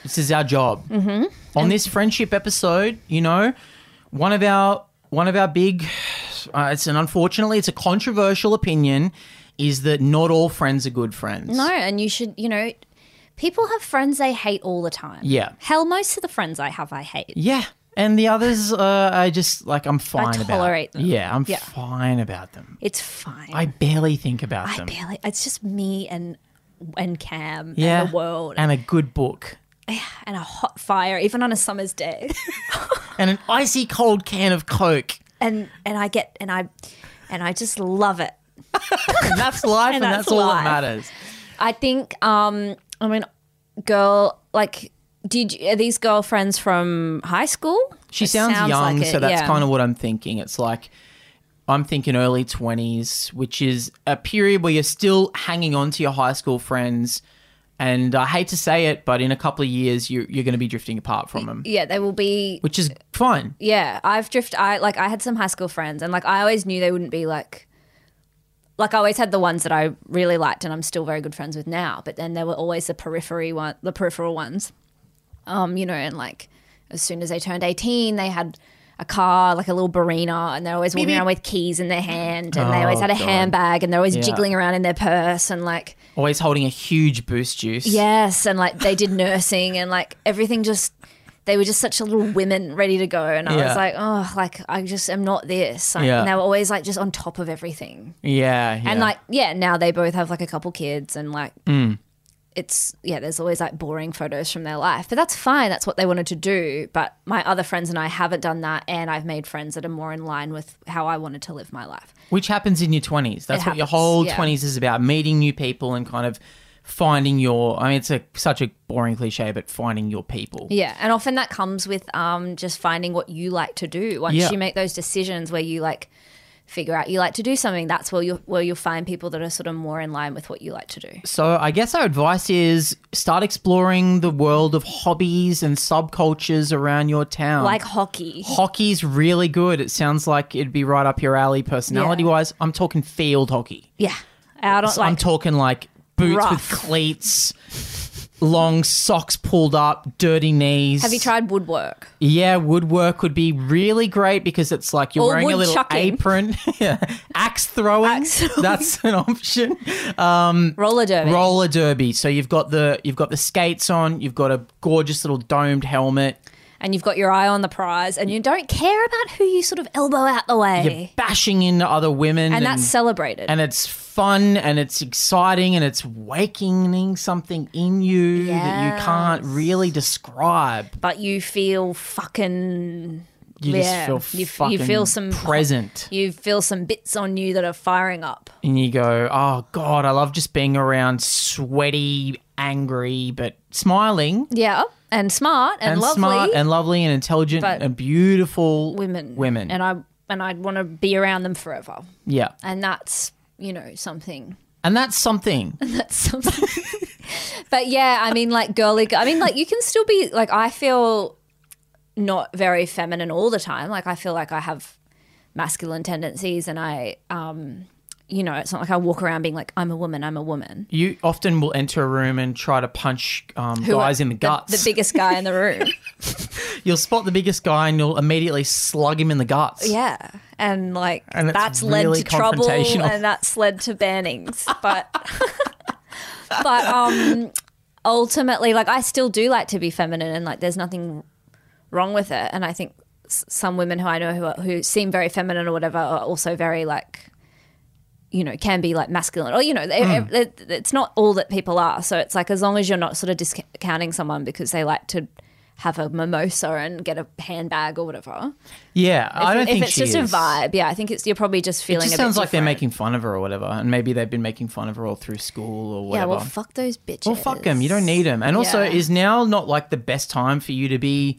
Speaker 2: This is our job. Mm-hmm. On this friendship episode, you know, one of our one of our big uh, it's an unfortunately it's a controversial opinion is that not all friends are good friends.
Speaker 3: No, and you should, you know, people have friends they hate all the time.
Speaker 2: Yeah.
Speaker 3: Hell, most of the friends I have, I hate.
Speaker 2: Yeah. And the others, uh, I just like I'm fine about.
Speaker 3: tolerate them.
Speaker 2: Yeah, I'm
Speaker 3: Yeah.
Speaker 2: fine about them.
Speaker 3: It's fine.
Speaker 2: I barely think about
Speaker 3: I
Speaker 2: them.
Speaker 3: barely. It's just me and and Cam
Speaker 2: yeah,
Speaker 3: and the world and,
Speaker 2: and a good book
Speaker 3: a hot fire, even on a summer's day.
Speaker 2: and an icy cold can of Coke.
Speaker 3: and and I get and I and I just love it.
Speaker 2: And that's life, and,
Speaker 3: And
Speaker 2: that's,
Speaker 3: that's
Speaker 2: all that
Speaker 3: life.
Speaker 2: matters.
Speaker 3: I think. Um, I mean, girl, like, did you, are these girlfriends from high school?
Speaker 2: She
Speaker 3: It
Speaker 2: sounds, young,
Speaker 3: like it,
Speaker 2: so that's
Speaker 3: yeah.
Speaker 2: kind of what I'm thinking. It's like I'm thinking early 20s, which is a period where you're still hanging on to your high school friends. And I hate to say it, but in a couple of years, you're, you're going to be drifting apart from them,
Speaker 3: Yeah, they will be
Speaker 2: which is fine.
Speaker 3: Yeah, I've drift. I like I had some high school friends, and like I always knew they wouldn't be like. Like I always had the ones that I really liked, and I'm still very good friends with now. But then there were always the periphery one, the peripheral ones. Um, you know, and like as soon as they turned 18, they had a car, like a little Barina, and they're always walking around with keys in their hand, and they always had a handbag, and they're always jiggling around in their purse, and like
Speaker 2: Always holding a huge boost juice.
Speaker 3: Yes, and like they did nursing and like everything just they were just such a little women ready to go and I
Speaker 2: Yeah.
Speaker 3: was like, oh, like I just am not this. Like,
Speaker 2: Yeah.
Speaker 3: And they were always like just on top of everything.
Speaker 2: Yeah. yeah. Mm.
Speaker 3: And like yeah, now they both have like a couple kids and like it's yeah, there's always like boring photos from their life. But that's fine. That's what they wanted to do. But my other friends and I haven't done that and I've made friends that are more in line with how I wanted to live my life.
Speaker 2: Which happens in your 20s. That's
Speaker 3: It
Speaker 2: what your
Speaker 3: happens,
Speaker 2: whole
Speaker 3: yeah.
Speaker 2: 20s is about meeting new people and kind of finding your. I mean, it's a, such a boring cliche, but finding your people.
Speaker 3: Yeah, and often that comes with um, just finding what you like to do. Once
Speaker 2: Yeah.
Speaker 3: you make those decisions where you like figure out you like to do something, that's where you will where you'll find people that are sort of more in line with what you like to do.
Speaker 2: So I guess our advice is start exploring the world of hobbies and subcultures around your town.
Speaker 3: Like hockey.
Speaker 2: um, hockey's really good. It sounds like it'd be right up your alley personality wise. I'm talking field hockey.
Speaker 3: Yeah. Out on
Speaker 2: So I'm
Speaker 3: like
Speaker 2: talking like boots
Speaker 3: rough.
Speaker 2: with cleats, long socks pulled up, dirty knees.
Speaker 3: have you tried woodwork?
Speaker 2: Yeah, woodwork would be really great because it's like you're
Speaker 3: Or
Speaker 2: wearing a
Speaker 3: wood
Speaker 2: little
Speaker 3: chucking.
Speaker 2: apron. yeah. Axe throwing.
Speaker 3: Axe throwing.
Speaker 2: That's an option. Mm,
Speaker 3: Roller derby.
Speaker 2: roller derby. So you've got the you've got the skates on, you've got a gorgeous little domed helmet,
Speaker 3: and you've got your eye on the prize and you
Speaker 2: Mm.
Speaker 3: don't care about who you sort of elbow out the
Speaker 2: you're
Speaker 3: way.
Speaker 2: bashing into other women,
Speaker 3: and that's celebrated.
Speaker 2: and it's fun and it's exciting and it's wakening something in you that you can't really describe.
Speaker 3: but you feel fucking
Speaker 2: You
Speaker 3: Yeah.
Speaker 2: just feel
Speaker 3: You f-
Speaker 2: fucking
Speaker 3: you feel some-
Speaker 2: present,
Speaker 3: you feel some bits on you that are firing up.
Speaker 2: and you go, "Oh God, I love just being around sweaty, angry, but smiling."
Speaker 3: Yeah. And smart and,
Speaker 2: And
Speaker 3: lovely.
Speaker 2: smart and lovely and intelligent
Speaker 3: But-
Speaker 2: and beautiful
Speaker 3: women.
Speaker 2: Women.
Speaker 3: And I and I'd want to be around them forever.
Speaker 2: yeah.
Speaker 3: And that's, you know, something.
Speaker 2: And that's something.
Speaker 3: That's something. but yeah, I mean like girly I mean like you can still be like I feel not very feminine all the time. Like I feel like I have masculine tendencies and I um you know, it's not like I walk around being like I'm a woman, I'm a woman.
Speaker 2: You often will enter a room and try to punch um, guys in the guts.
Speaker 3: The, biggest guy in the room.
Speaker 2: you'll spot the biggest guy and you'll immediately slug him in the guts.
Speaker 3: yeah. And like
Speaker 2: And it's
Speaker 3: that's
Speaker 2: really
Speaker 3: led to trouble
Speaker 2: confrontational.
Speaker 3: and that's led to bannings. But but um ultimately like I still do like to be feminine and like there's nothing wrong with it and I think s- some women who I know who are, who seem very feminine or whatever are also very like you know can be like masculine or you know they,
Speaker 2: Hmm.
Speaker 3: it- it's not all that people are so it's like as long as you're not sort of discounting someone because they like to have a mimosa and get a handbag or whatever
Speaker 2: Yeah, I don't
Speaker 3: if
Speaker 2: think
Speaker 3: it's
Speaker 2: she
Speaker 3: just
Speaker 2: is.
Speaker 3: a vibe, yeah, I think it's you're probably just
Speaker 2: It
Speaker 3: feeling.
Speaker 2: just
Speaker 3: a
Speaker 2: sounds
Speaker 3: bit
Speaker 2: like they're
Speaker 3: different.
Speaker 2: making fun of her or whatever, and maybe they've been making fun of her all through school or
Speaker 3: Yeah,
Speaker 2: whatever.
Speaker 3: well, fuck those bitches.
Speaker 2: Well, fuck him. You don't need him. And also,
Speaker 3: Yeah.
Speaker 2: is now not like the best time for you to be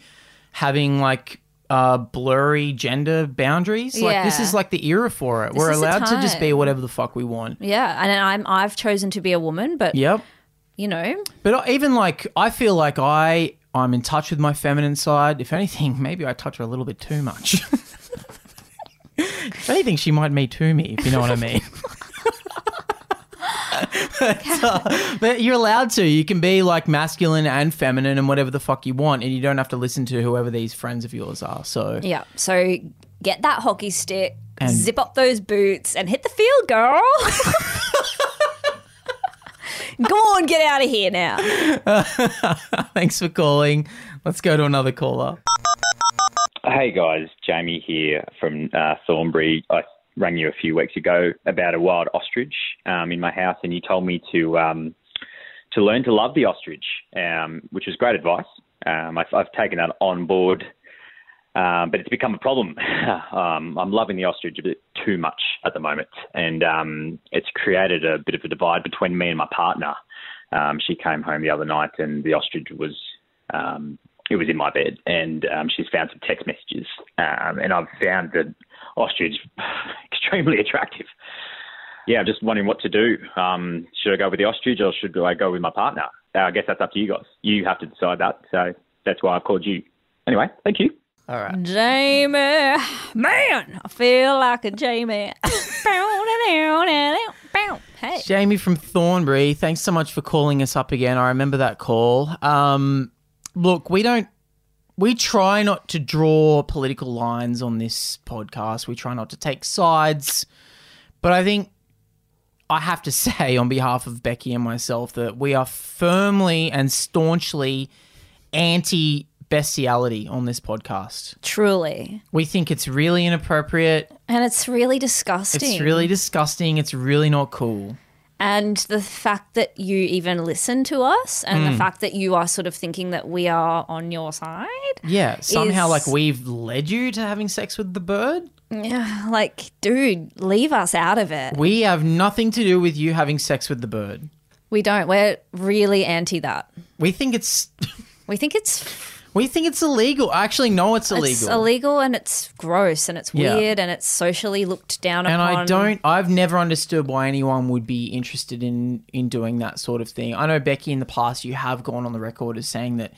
Speaker 2: having like uh, blurry gender boundaries? Like this
Speaker 3: Yeah.
Speaker 2: is like the era for it. We're
Speaker 3: is the
Speaker 2: allowed to just be
Speaker 3: time.
Speaker 2: whatever the fuck we want.
Speaker 3: Yeah, and I'm I've chosen to be a woman, but
Speaker 2: Yep.
Speaker 3: you know,
Speaker 2: But even like, I feel like I I'm in touch with my feminine side. If anything, maybe I touch her a little bit too much. if anything, she might me to me, if you know what I mean. But you're allowed to. You can be like masculine and feminine and whatever the fuck you want, and you don't have to listen to whoever these friends of yours are. So
Speaker 3: Yeah. So get that hockey stick, zip up those boots, and hit the field, girl. Go on, get out of here now.
Speaker 2: thanks for calling. Let's go to another caller.
Speaker 7: Hey guys, Jamie here from uh, Thornbury. I rang you a few weeks ago about a wild ostrich um, in my house, and you told me to um, to learn to love the ostrich, um, which is great advice. Um, I've, I've taken that on board, um, but it's become a problem. um, I'm loving the ostrich a bit too much at the moment, and um, it's created a bit of a divide between me and my partner. Um, she came home the other night, and the ostrich was um, it was in my bed, and um, she's found some text messages, um, and I've found the ostrich extremely attractive. Yeah, I'm just wondering what to do. Um, should I go with the ostrich or should I go with my partner? Uh, I guess that's up to you guys. You have to decide that. So that's why I've called you. Anyway, thank you.
Speaker 3: Jamie, man, I feel like a Jamie. hey.
Speaker 2: Jamie from Thornbury, thanks so much for calling us up again. I remember that call. Um, look, we don't. We try not to draw political lines on this podcast. We try not to take sides. But I think I have to say, on behalf of Becky and myself, that we are firmly and staunchly anti bestiality on this podcast.
Speaker 3: Truly.
Speaker 2: We think it's really inappropriate.
Speaker 3: And it's really disgusting.
Speaker 2: It's really disgusting. It's really not cool.
Speaker 3: and the fact that you even listen to us and
Speaker 2: Hmm.
Speaker 3: the fact that you are sort of thinking that we are on your side.
Speaker 2: Yeah, somehow
Speaker 3: is-
Speaker 2: like we've led you to having sex with the bird.
Speaker 3: Yeah, like, dude, leave us out of it.
Speaker 2: We have nothing to do with you having sex with the bird.
Speaker 3: We don't. We're really anti that.
Speaker 2: We think it's
Speaker 3: We think it's
Speaker 2: we think it's illegal. Actually, no, it's illegal.
Speaker 3: it's illegal and it's gross and it's
Speaker 2: Yeah.
Speaker 3: weird and it's socially looked down
Speaker 2: and
Speaker 3: upon.
Speaker 2: I don't. I've never understood why anyone would be interested in in doing that sort of thing. I know Becky, in the past, you have gone on the record as saying that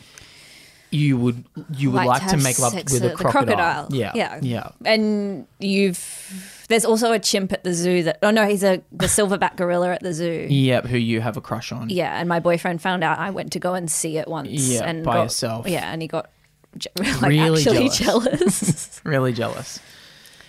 Speaker 2: you would you would
Speaker 3: Like to
Speaker 2: like, to,
Speaker 3: have
Speaker 2: make love
Speaker 3: sex
Speaker 2: with a
Speaker 3: with the
Speaker 2: crocodile.
Speaker 3: crocodile.
Speaker 2: Yeah,
Speaker 3: Yeah.
Speaker 2: yeah.
Speaker 3: And you've there's also a chimp at the zoo that oh no he's a the silverback gorilla at the zoo.
Speaker 2: Yep, who you have a crush on.
Speaker 3: Yeah, and my boyfriend found out I went to go and see it once.
Speaker 2: Yeah,
Speaker 3: and
Speaker 2: by
Speaker 3: got,
Speaker 2: yourself.
Speaker 3: Yeah, and he got je- like
Speaker 2: Really
Speaker 3: actually
Speaker 2: jealous.
Speaker 3: jealous.
Speaker 2: Really jealous.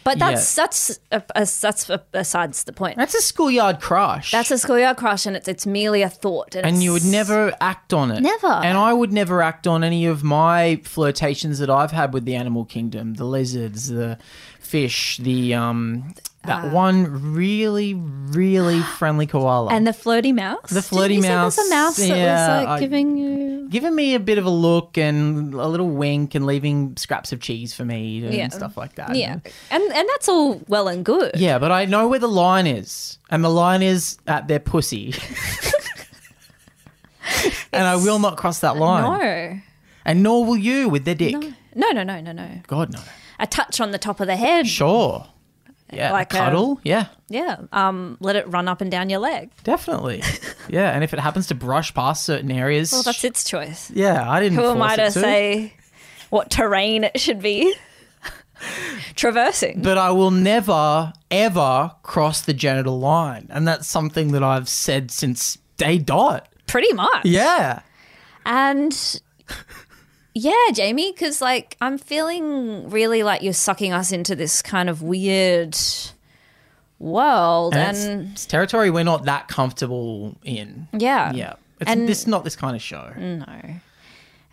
Speaker 3: but that's that's a, a, that's a, besides the point.
Speaker 2: That's a schoolyard crush.
Speaker 3: That's a schoolyard crush, and it's it's merely a thought. And,
Speaker 2: and
Speaker 3: it's-
Speaker 2: you would never act on it.
Speaker 3: Never.
Speaker 2: And I would never act on any of my flirtations that I've had with the animal kingdom, the lizards, the fish, the um that
Speaker 3: Uh.
Speaker 2: one really really friendly koala.
Speaker 3: and the flirty mouse. The
Speaker 2: flirty
Speaker 3: There's a
Speaker 2: mouse,
Speaker 3: mouse that
Speaker 2: yeah,
Speaker 3: was like
Speaker 2: I-
Speaker 3: giving you.
Speaker 2: giving me a bit of a look and a little wink and leaving scraps of cheese for me and
Speaker 3: Yeah.
Speaker 2: stuff like that.
Speaker 3: Yeah, and and that's all well and good.
Speaker 2: Yeah, but I know where the line is. And the line is at their pussy. and I will not cross that line.
Speaker 3: No.
Speaker 2: And nor will you with their dick.
Speaker 3: No, no, no, no, no.
Speaker 2: God no.
Speaker 3: A touch on the top of the head.
Speaker 2: Sure. Yeah.
Speaker 3: Like a-
Speaker 2: cuddle. yeah.
Speaker 3: Yeah. Um, let it run up and down your leg.
Speaker 2: Definitely. yeah. And if it happens to brush past certain areas,
Speaker 3: Well, that's its choice.
Speaker 2: yeah, I didn't.
Speaker 3: Who am
Speaker 2: force
Speaker 3: I
Speaker 2: it
Speaker 3: to say what terrain it should be traversing?
Speaker 2: But I will never, ever cross the genital line, and that's something that I've said since day dot.
Speaker 3: Pretty much.
Speaker 2: Yeah.
Speaker 3: And yeah, Jamie, because like I'm feeling really like you're sucking us into this kind of weird world.
Speaker 2: And,
Speaker 3: And,
Speaker 2: it's, it's territory we're not that comfortable in.
Speaker 3: yeah.
Speaker 2: Yeah. It's
Speaker 3: And- Mm.
Speaker 2: this not this kind of show.
Speaker 3: And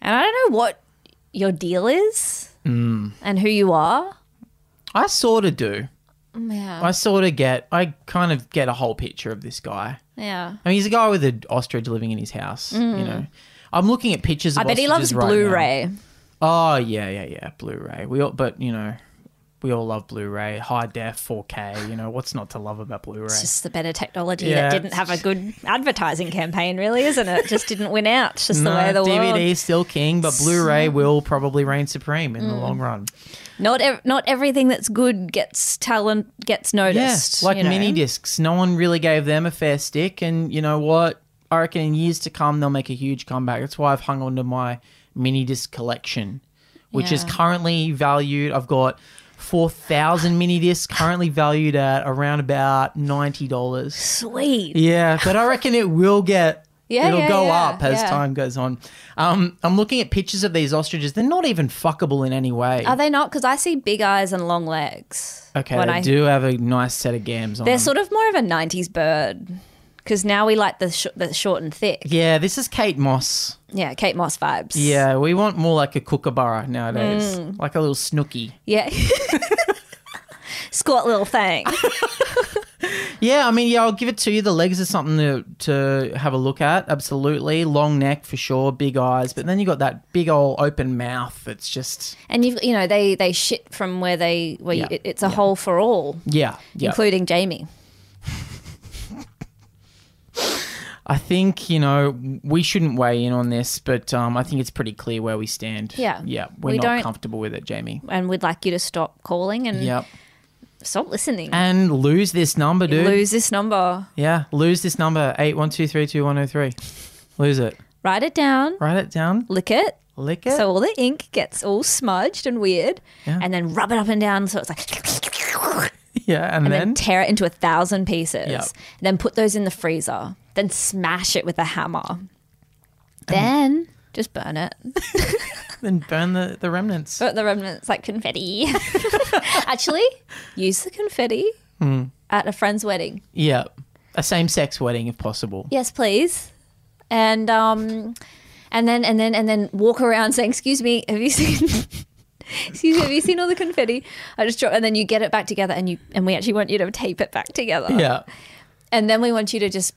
Speaker 3: I don't know what your deal is
Speaker 2: Mm.
Speaker 3: and who you are.
Speaker 2: I sort of do.
Speaker 3: Yeah.
Speaker 2: I sort of get. I kind of get a whole picture of this guy.
Speaker 3: Yeah.
Speaker 2: I mean, he's a guy with an ostrich living in his house. You know, I'm looking at pictures. Of
Speaker 3: Mm. I bet he loves
Speaker 2: ostriches right now.
Speaker 3: Blu-ray.
Speaker 2: Oh yeah, yeah, yeah. Blu-ray. We all, but you know, we all love Blu-ray, high def, 4K. You know, what's not to love about Blu-ray?
Speaker 3: just the better technology
Speaker 2: Yeah.
Speaker 3: that didn't have a good advertising campaign, really, isn't it? Just didn't win out. It's just the way the
Speaker 2: DVD
Speaker 3: world.
Speaker 2: is still king, but Blu-ray will probably reign supreme
Speaker 3: Mm.
Speaker 2: in the long run.
Speaker 3: Not ev- not everything that's good gets talent gets noticed.
Speaker 2: like
Speaker 3: you know?
Speaker 2: mini discs. No one really gave them a fair stick, and you know what? I reckon in years to come they'll make a huge comeback. That's why I've hung on to my mini disc collection, which is
Speaker 3: Yeah.
Speaker 2: currently valued. I've got four thousand mini discs currently valued at around about ninety dollars.
Speaker 3: Sweet.
Speaker 2: Yeah, but I reckon it will get.
Speaker 3: Yeah,
Speaker 2: it'll
Speaker 3: yeah,
Speaker 2: go
Speaker 3: yeah,
Speaker 2: up as
Speaker 3: yeah.
Speaker 2: time goes on. Um, I'm looking at pictures of these ostriches. They're not even fuckable in any way.
Speaker 3: Are they not? Because I see big eyes and long legs.
Speaker 2: okay,
Speaker 3: when
Speaker 2: they
Speaker 3: I-
Speaker 2: do have a nice set of gams on.
Speaker 3: They're
Speaker 2: them.
Speaker 3: sort of more of a 90s bird. Because now we like the, sh- the short and thick.
Speaker 2: yeah, this is Kate Moss.
Speaker 3: Yeah, Kate Moss vibes.
Speaker 2: Yeah, we want more like a kookaburra nowadays,
Speaker 3: Mm.
Speaker 2: like a little snooky.
Speaker 3: Yeah. Squat little thing.
Speaker 2: Yeah, I mean, yeah, I'll give it to you. The legs are something to, to have a look at. Absolutely, long neck for sure, big eyes, but then you got that big old open mouth. That's just
Speaker 3: And you've, you know, they, they shit from where they, where you,
Speaker 2: Yeah.
Speaker 3: it, it's a hole for all,
Speaker 2: yeah, yeah.
Speaker 3: including Jamie.
Speaker 2: I think you know we shouldn't weigh in on this, but um, I think it's pretty clear where we stand.
Speaker 3: Yeah.
Speaker 2: yeah, we're
Speaker 3: We
Speaker 2: not
Speaker 3: don't- Mm.
Speaker 2: comfortable with it, Jamie.
Speaker 3: And we'd like you to stop calling and
Speaker 2: Yep,
Speaker 3: stop listening.
Speaker 2: and lose this number, dude.
Speaker 3: Lose this number.
Speaker 2: yeah, lose this number eight one two three two one zero three. Lose it.
Speaker 3: Write it down.
Speaker 2: Write it down.
Speaker 3: Lick it.
Speaker 2: Lick it.
Speaker 3: So all the ink gets all smudged and weird,
Speaker 2: Yeah.
Speaker 3: and then rub it up and down so it's like,
Speaker 2: yeah, and,
Speaker 3: and
Speaker 2: then,
Speaker 3: then tear it into a thousand pieces.
Speaker 2: Yep.
Speaker 3: And then put those in the freezer. Then smash it with a hammer.
Speaker 2: Um,
Speaker 3: Then just burn it.
Speaker 2: then burn the, the remnants.
Speaker 3: But the remnants like confetti. Actually, use the confetti
Speaker 2: Hmm.
Speaker 3: at a friend's wedding.
Speaker 2: yeah, a same sex wedding if possible.
Speaker 3: Yes, please. And um, and then and then and then walk around saying, "Excuse me, have you seen?" Excuse me, have you seen all the confetti? I just dropped, and then you get it back together, and you and we actually want you to tape it back together,
Speaker 2: Yeah,
Speaker 3: and then we want you to just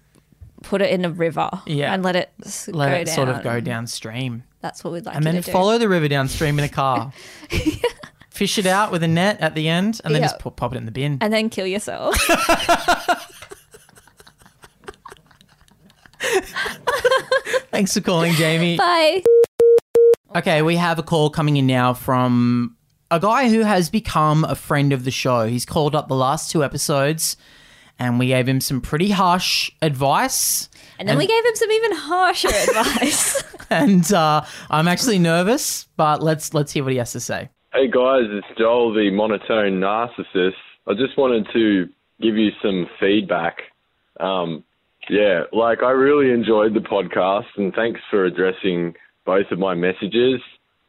Speaker 3: put it in a river,
Speaker 2: Yeah.
Speaker 3: and let it s-
Speaker 2: let
Speaker 3: go
Speaker 2: it
Speaker 3: down.
Speaker 2: sort of go downstream,
Speaker 3: That's what we'd like.
Speaker 2: and
Speaker 3: you
Speaker 2: then
Speaker 3: to do.
Speaker 2: follow the river downstream in a car. Fish it out with a net at the end, and then
Speaker 3: Yeah.
Speaker 2: just pop, pop it in the bin.
Speaker 3: and then kill yourself.
Speaker 2: Thanks for calling, Jamie.
Speaker 3: Bye.
Speaker 2: Okay, we have a call coming in now from a guy who has become a friend of the show. He's called up the last two episodes and we gave him some pretty harsh advice.
Speaker 3: And then we gave him some even harsher advice.
Speaker 2: And uh, I'm actually nervous, but let's let's hear what he has to say.
Speaker 8: Hey guys, it's Joel, the monotone narcissist. I just wanted to give you some feedback. Um, yeah, like I really enjoyed the podcast and thanks for addressing both of my messages.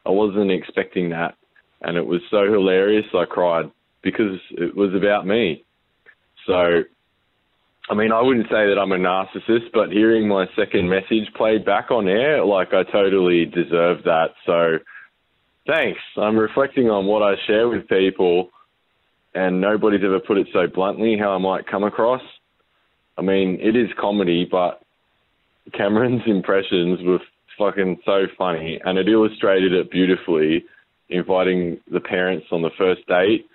Speaker 8: I wasn't expecting that and it was so hilarious I cried because it was about me. So, I mean, I wouldn't say that I'm a narcissist, but hearing my second message played back on air, like I totally deserved that. So, Thanks. I'm reflecting on what I share with people, and nobody's ever put it so bluntly how I might come across. I mean, it is comedy, but Cameron's impressions were fucking so funny, and it illustrated it beautifully, inviting the parents on the first date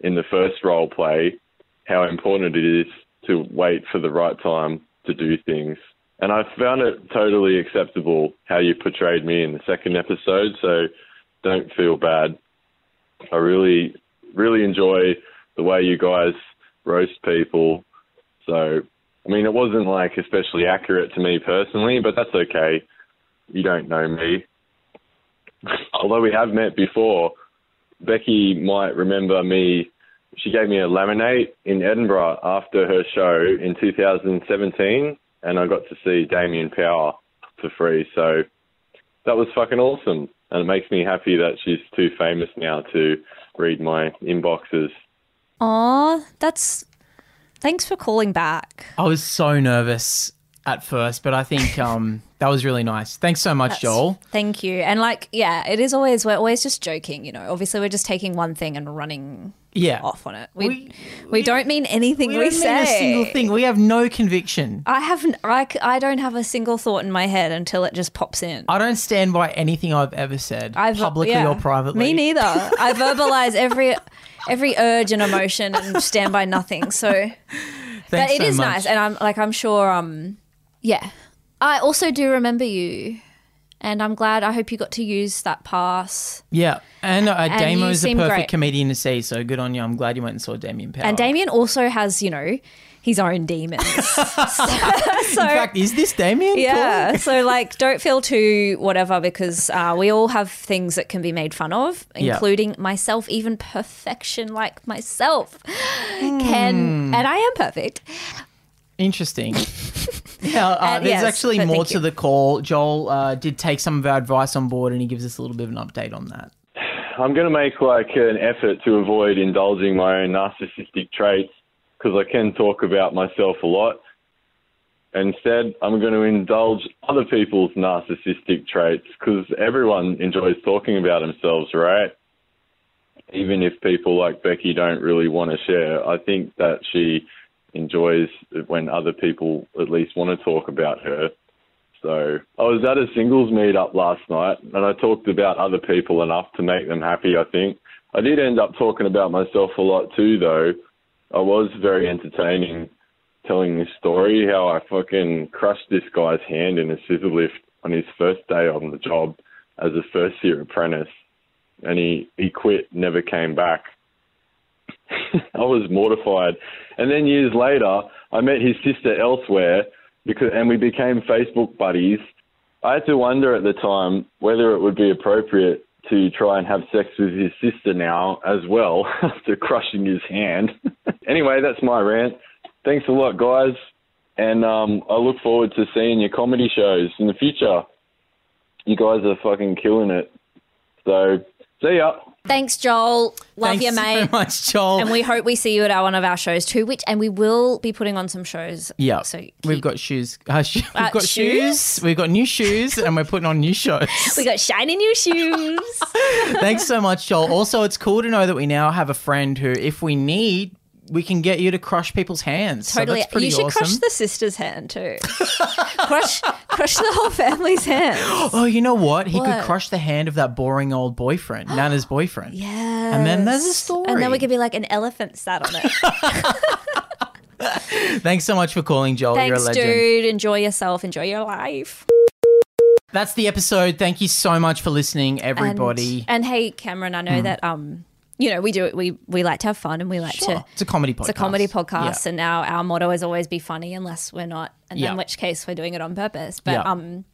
Speaker 8: in the first role play, how important it is to wait for the right time to do things. And I found it totally acceptable how you portrayed me in the second episode, so don't feel bad. I really, really enjoy the way you guys roast people. So, I mean, it wasn't like especially accurate to me personally, but that's okay. You don't know me. Although we have met before, Becky might remember me. She gave me a laminate in Edinburgh after her show in 2017, and I got to see Damien Power for free. So, that was fucking awesome. And it makes me happy that she's too famous now to read my inboxes.
Speaker 3: Aw, that's. Thanks for calling back.
Speaker 2: I was so nervous at first, but I think um, that was really nice. Thanks so much, Joel.
Speaker 3: Thank you. And like, yeah, it is always we're always just joking, you know. Obviously, we're just taking one thing and running
Speaker 2: Yeah.
Speaker 3: off on it. We we,
Speaker 2: we-
Speaker 3: don't mean anything
Speaker 2: We
Speaker 3: we,
Speaker 2: don't mean
Speaker 3: say.
Speaker 2: a single thing. We have no conviction.
Speaker 3: I haven't. I, c- I don't have a single thought in my head until it just pops in.
Speaker 2: I don't stand by anything I've ever said,
Speaker 3: I've-
Speaker 2: publicly
Speaker 3: yeah.
Speaker 2: or privately.
Speaker 3: Me neither. I verbalize every every urge and emotion and stand by nothing. So but
Speaker 2: Thanks
Speaker 3: it is
Speaker 2: so much.
Speaker 3: nice and i'm like i'm sure um yeah i also do remember you and i'm glad i hope you got to use that pass
Speaker 2: Yeah, and uh, Damo's
Speaker 3: you
Speaker 2: the
Speaker 3: seem
Speaker 2: perfect
Speaker 3: great.
Speaker 2: Oh. comedian to see, so good on you. I'm glad you went and saw Damien Power.
Speaker 3: and damien also has you know his own demons. so, so-
Speaker 2: In fact, is this Damien?
Speaker 3: yeah. So like, don't feel too whatever because uh, we all have things that can be made fun of,
Speaker 2: Yeah.
Speaker 3: including myself. Even perfection, like myself,
Speaker 2: Hmm.
Speaker 3: can and I am perfect.
Speaker 2: Interesting. now, uh,
Speaker 3: And
Speaker 2: there's
Speaker 3: yes,
Speaker 2: actually
Speaker 3: but
Speaker 2: more
Speaker 3: thank
Speaker 2: to
Speaker 3: you.
Speaker 2: the call. Joel uh, did take some of our advice on board, and he gives us a little bit of an update on that.
Speaker 8: I'm going to make like an effort to avoid indulging my own narcissistic traits because I can talk about myself a lot. Instead, I'm going to indulge other people's narcissistic traits because everyone enjoys talking about themselves, right? Even if people like Becky don't really want to share, I think that she enjoys it when other people at least want to talk about her. So I was at a singles meetup last night and I talked about other people enough to make them happy, I think. I did end up talking about myself a lot too, though. I was very entertaining telling this story how I fucking crushed this guy's hand in a scissor lift on his first day on the job as a first year apprentice. And he, he quit, never came back. I was mortified. And then years later, I met his sister elsewhere because, and we became Facebook buddies. I had to wonder at the time whether it would be appropriate to try and have sex with his sister now as well after crushing his hand. anyway, that's my rant. Thanks a lot, guys. And um, I look forward to seeing your comedy shows in the future. You guys are fucking killing it. So, see ya.
Speaker 3: Thanks, Joel. Love
Speaker 2: Thanks
Speaker 3: you, mate.
Speaker 2: so much, Joel.
Speaker 3: And we hope we see you at our, one of our shows too, which and we will be putting on some shows.
Speaker 2: yeah,
Speaker 3: So keep-
Speaker 2: we've got shoes. Uh, sho-
Speaker 3: Uh,
Speaker 2: we've got shoes?
Speaker 3: shoes?
Speaker 2: We've got new shoes, and we're putting on new shows.
Speaker 3: we got shiny new shoes.
Speaker 2: Thanks so much, Joel. Also, it's cool to know that we now have a friend who, if we need, we can get you to crush people's hands. So
Speaker 3: totally.
Speaker 2: that's pretty
Speaker 3: you should
Speaker 2: awesome.
Speaker 3: crush the sister's hand too. crush, crush the whole family's hand.
Speaker 2: Oh, you know what? He could
Speaker 3: What?
Speaker 2: crush the hand of that boring old boyfriend, Nana's boyfriend.
Speaker 3: Yeah.
Speaker 2: And then there's a story.
Speaker 3: And then we could be like an elephant sat on it.
Speaker 2: Thanks so much for calling, Joel. You're a
Speaker 3: Thanks,
Speaker 2: legend.
Speaker 3: dude. Enjoy yourself. Enjoy your life.
Speaker 2: That's the episode. Thank you so much for listening,
Speaker 3: And-
Speaker 2: everybody. Hmm.
Speaker 3: And, hey, Cameron, I know that um, you know, we do it. We we like to have fun and we like
Speaker 2: Sure.
Speaker 3: to.
Speaker 2: It's a comedy podcast.
Speaker 3: It's a comedy podcast, and our, our motto is always be funny unless we're not, and
Speaker 2: Yeah.
Speaker 3: in which case we're doing it on purpose. But
Speaker 2: Yeah.
Speaker 3: um,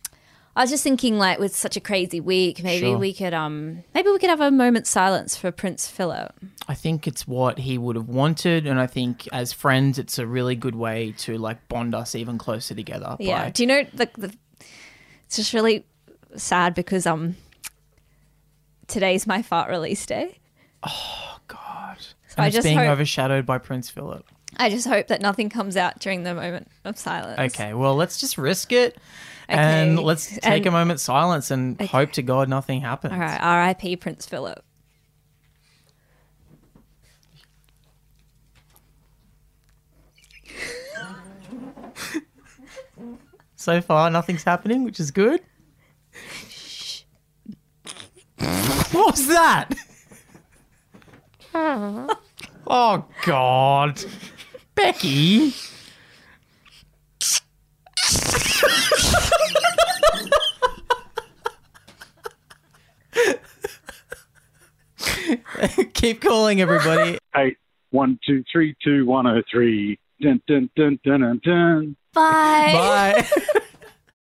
Speaker 3: I was just thinking, like with such a crazy week, maybe
Speaker 2: Sure.
Speaker 3: we could um, maybe we could have a moment's silence for Prince Philip.
Speaker 2: I think it's what he would have wanted, and I think as friends, it's a really good way to like bond us even closer together.
Speaker 3: Yeah.
Speaker 2: by-
Speaker 3: Do you know the, the it's just really sad because um today's my fart release day.
Speaker 2: Oh, God.
Speaker 3: So
Speaker 2: And
Speaker 3: I
Speaker 2: it's
Speaker 3: just
Speaker 2: being
Speaker 3: hope-
Speaker 2: overshadowed by Prince Philip.
Speaker 3: I just hope that nothing comes out during the moment of silence.
Speaker 2: Okay, well, let's just risk it, and
Speaker 3: Okay,
Speaker 2: let's take
Speaker 3: and-
Speaker 2: a moment's silence and hope to God nothing happens.
Speaker 3: All right, R.I.P. Prince Philip.
Speaker 2: So far, nothing's happening, which is good. what was that? oh, God. Becky. Keep calling, everybody.
Speaker 9: eight one two three two one oh three. Dun dun dun dun dun dun.
Speaker 3: Bye.
Speaker 2: Bye.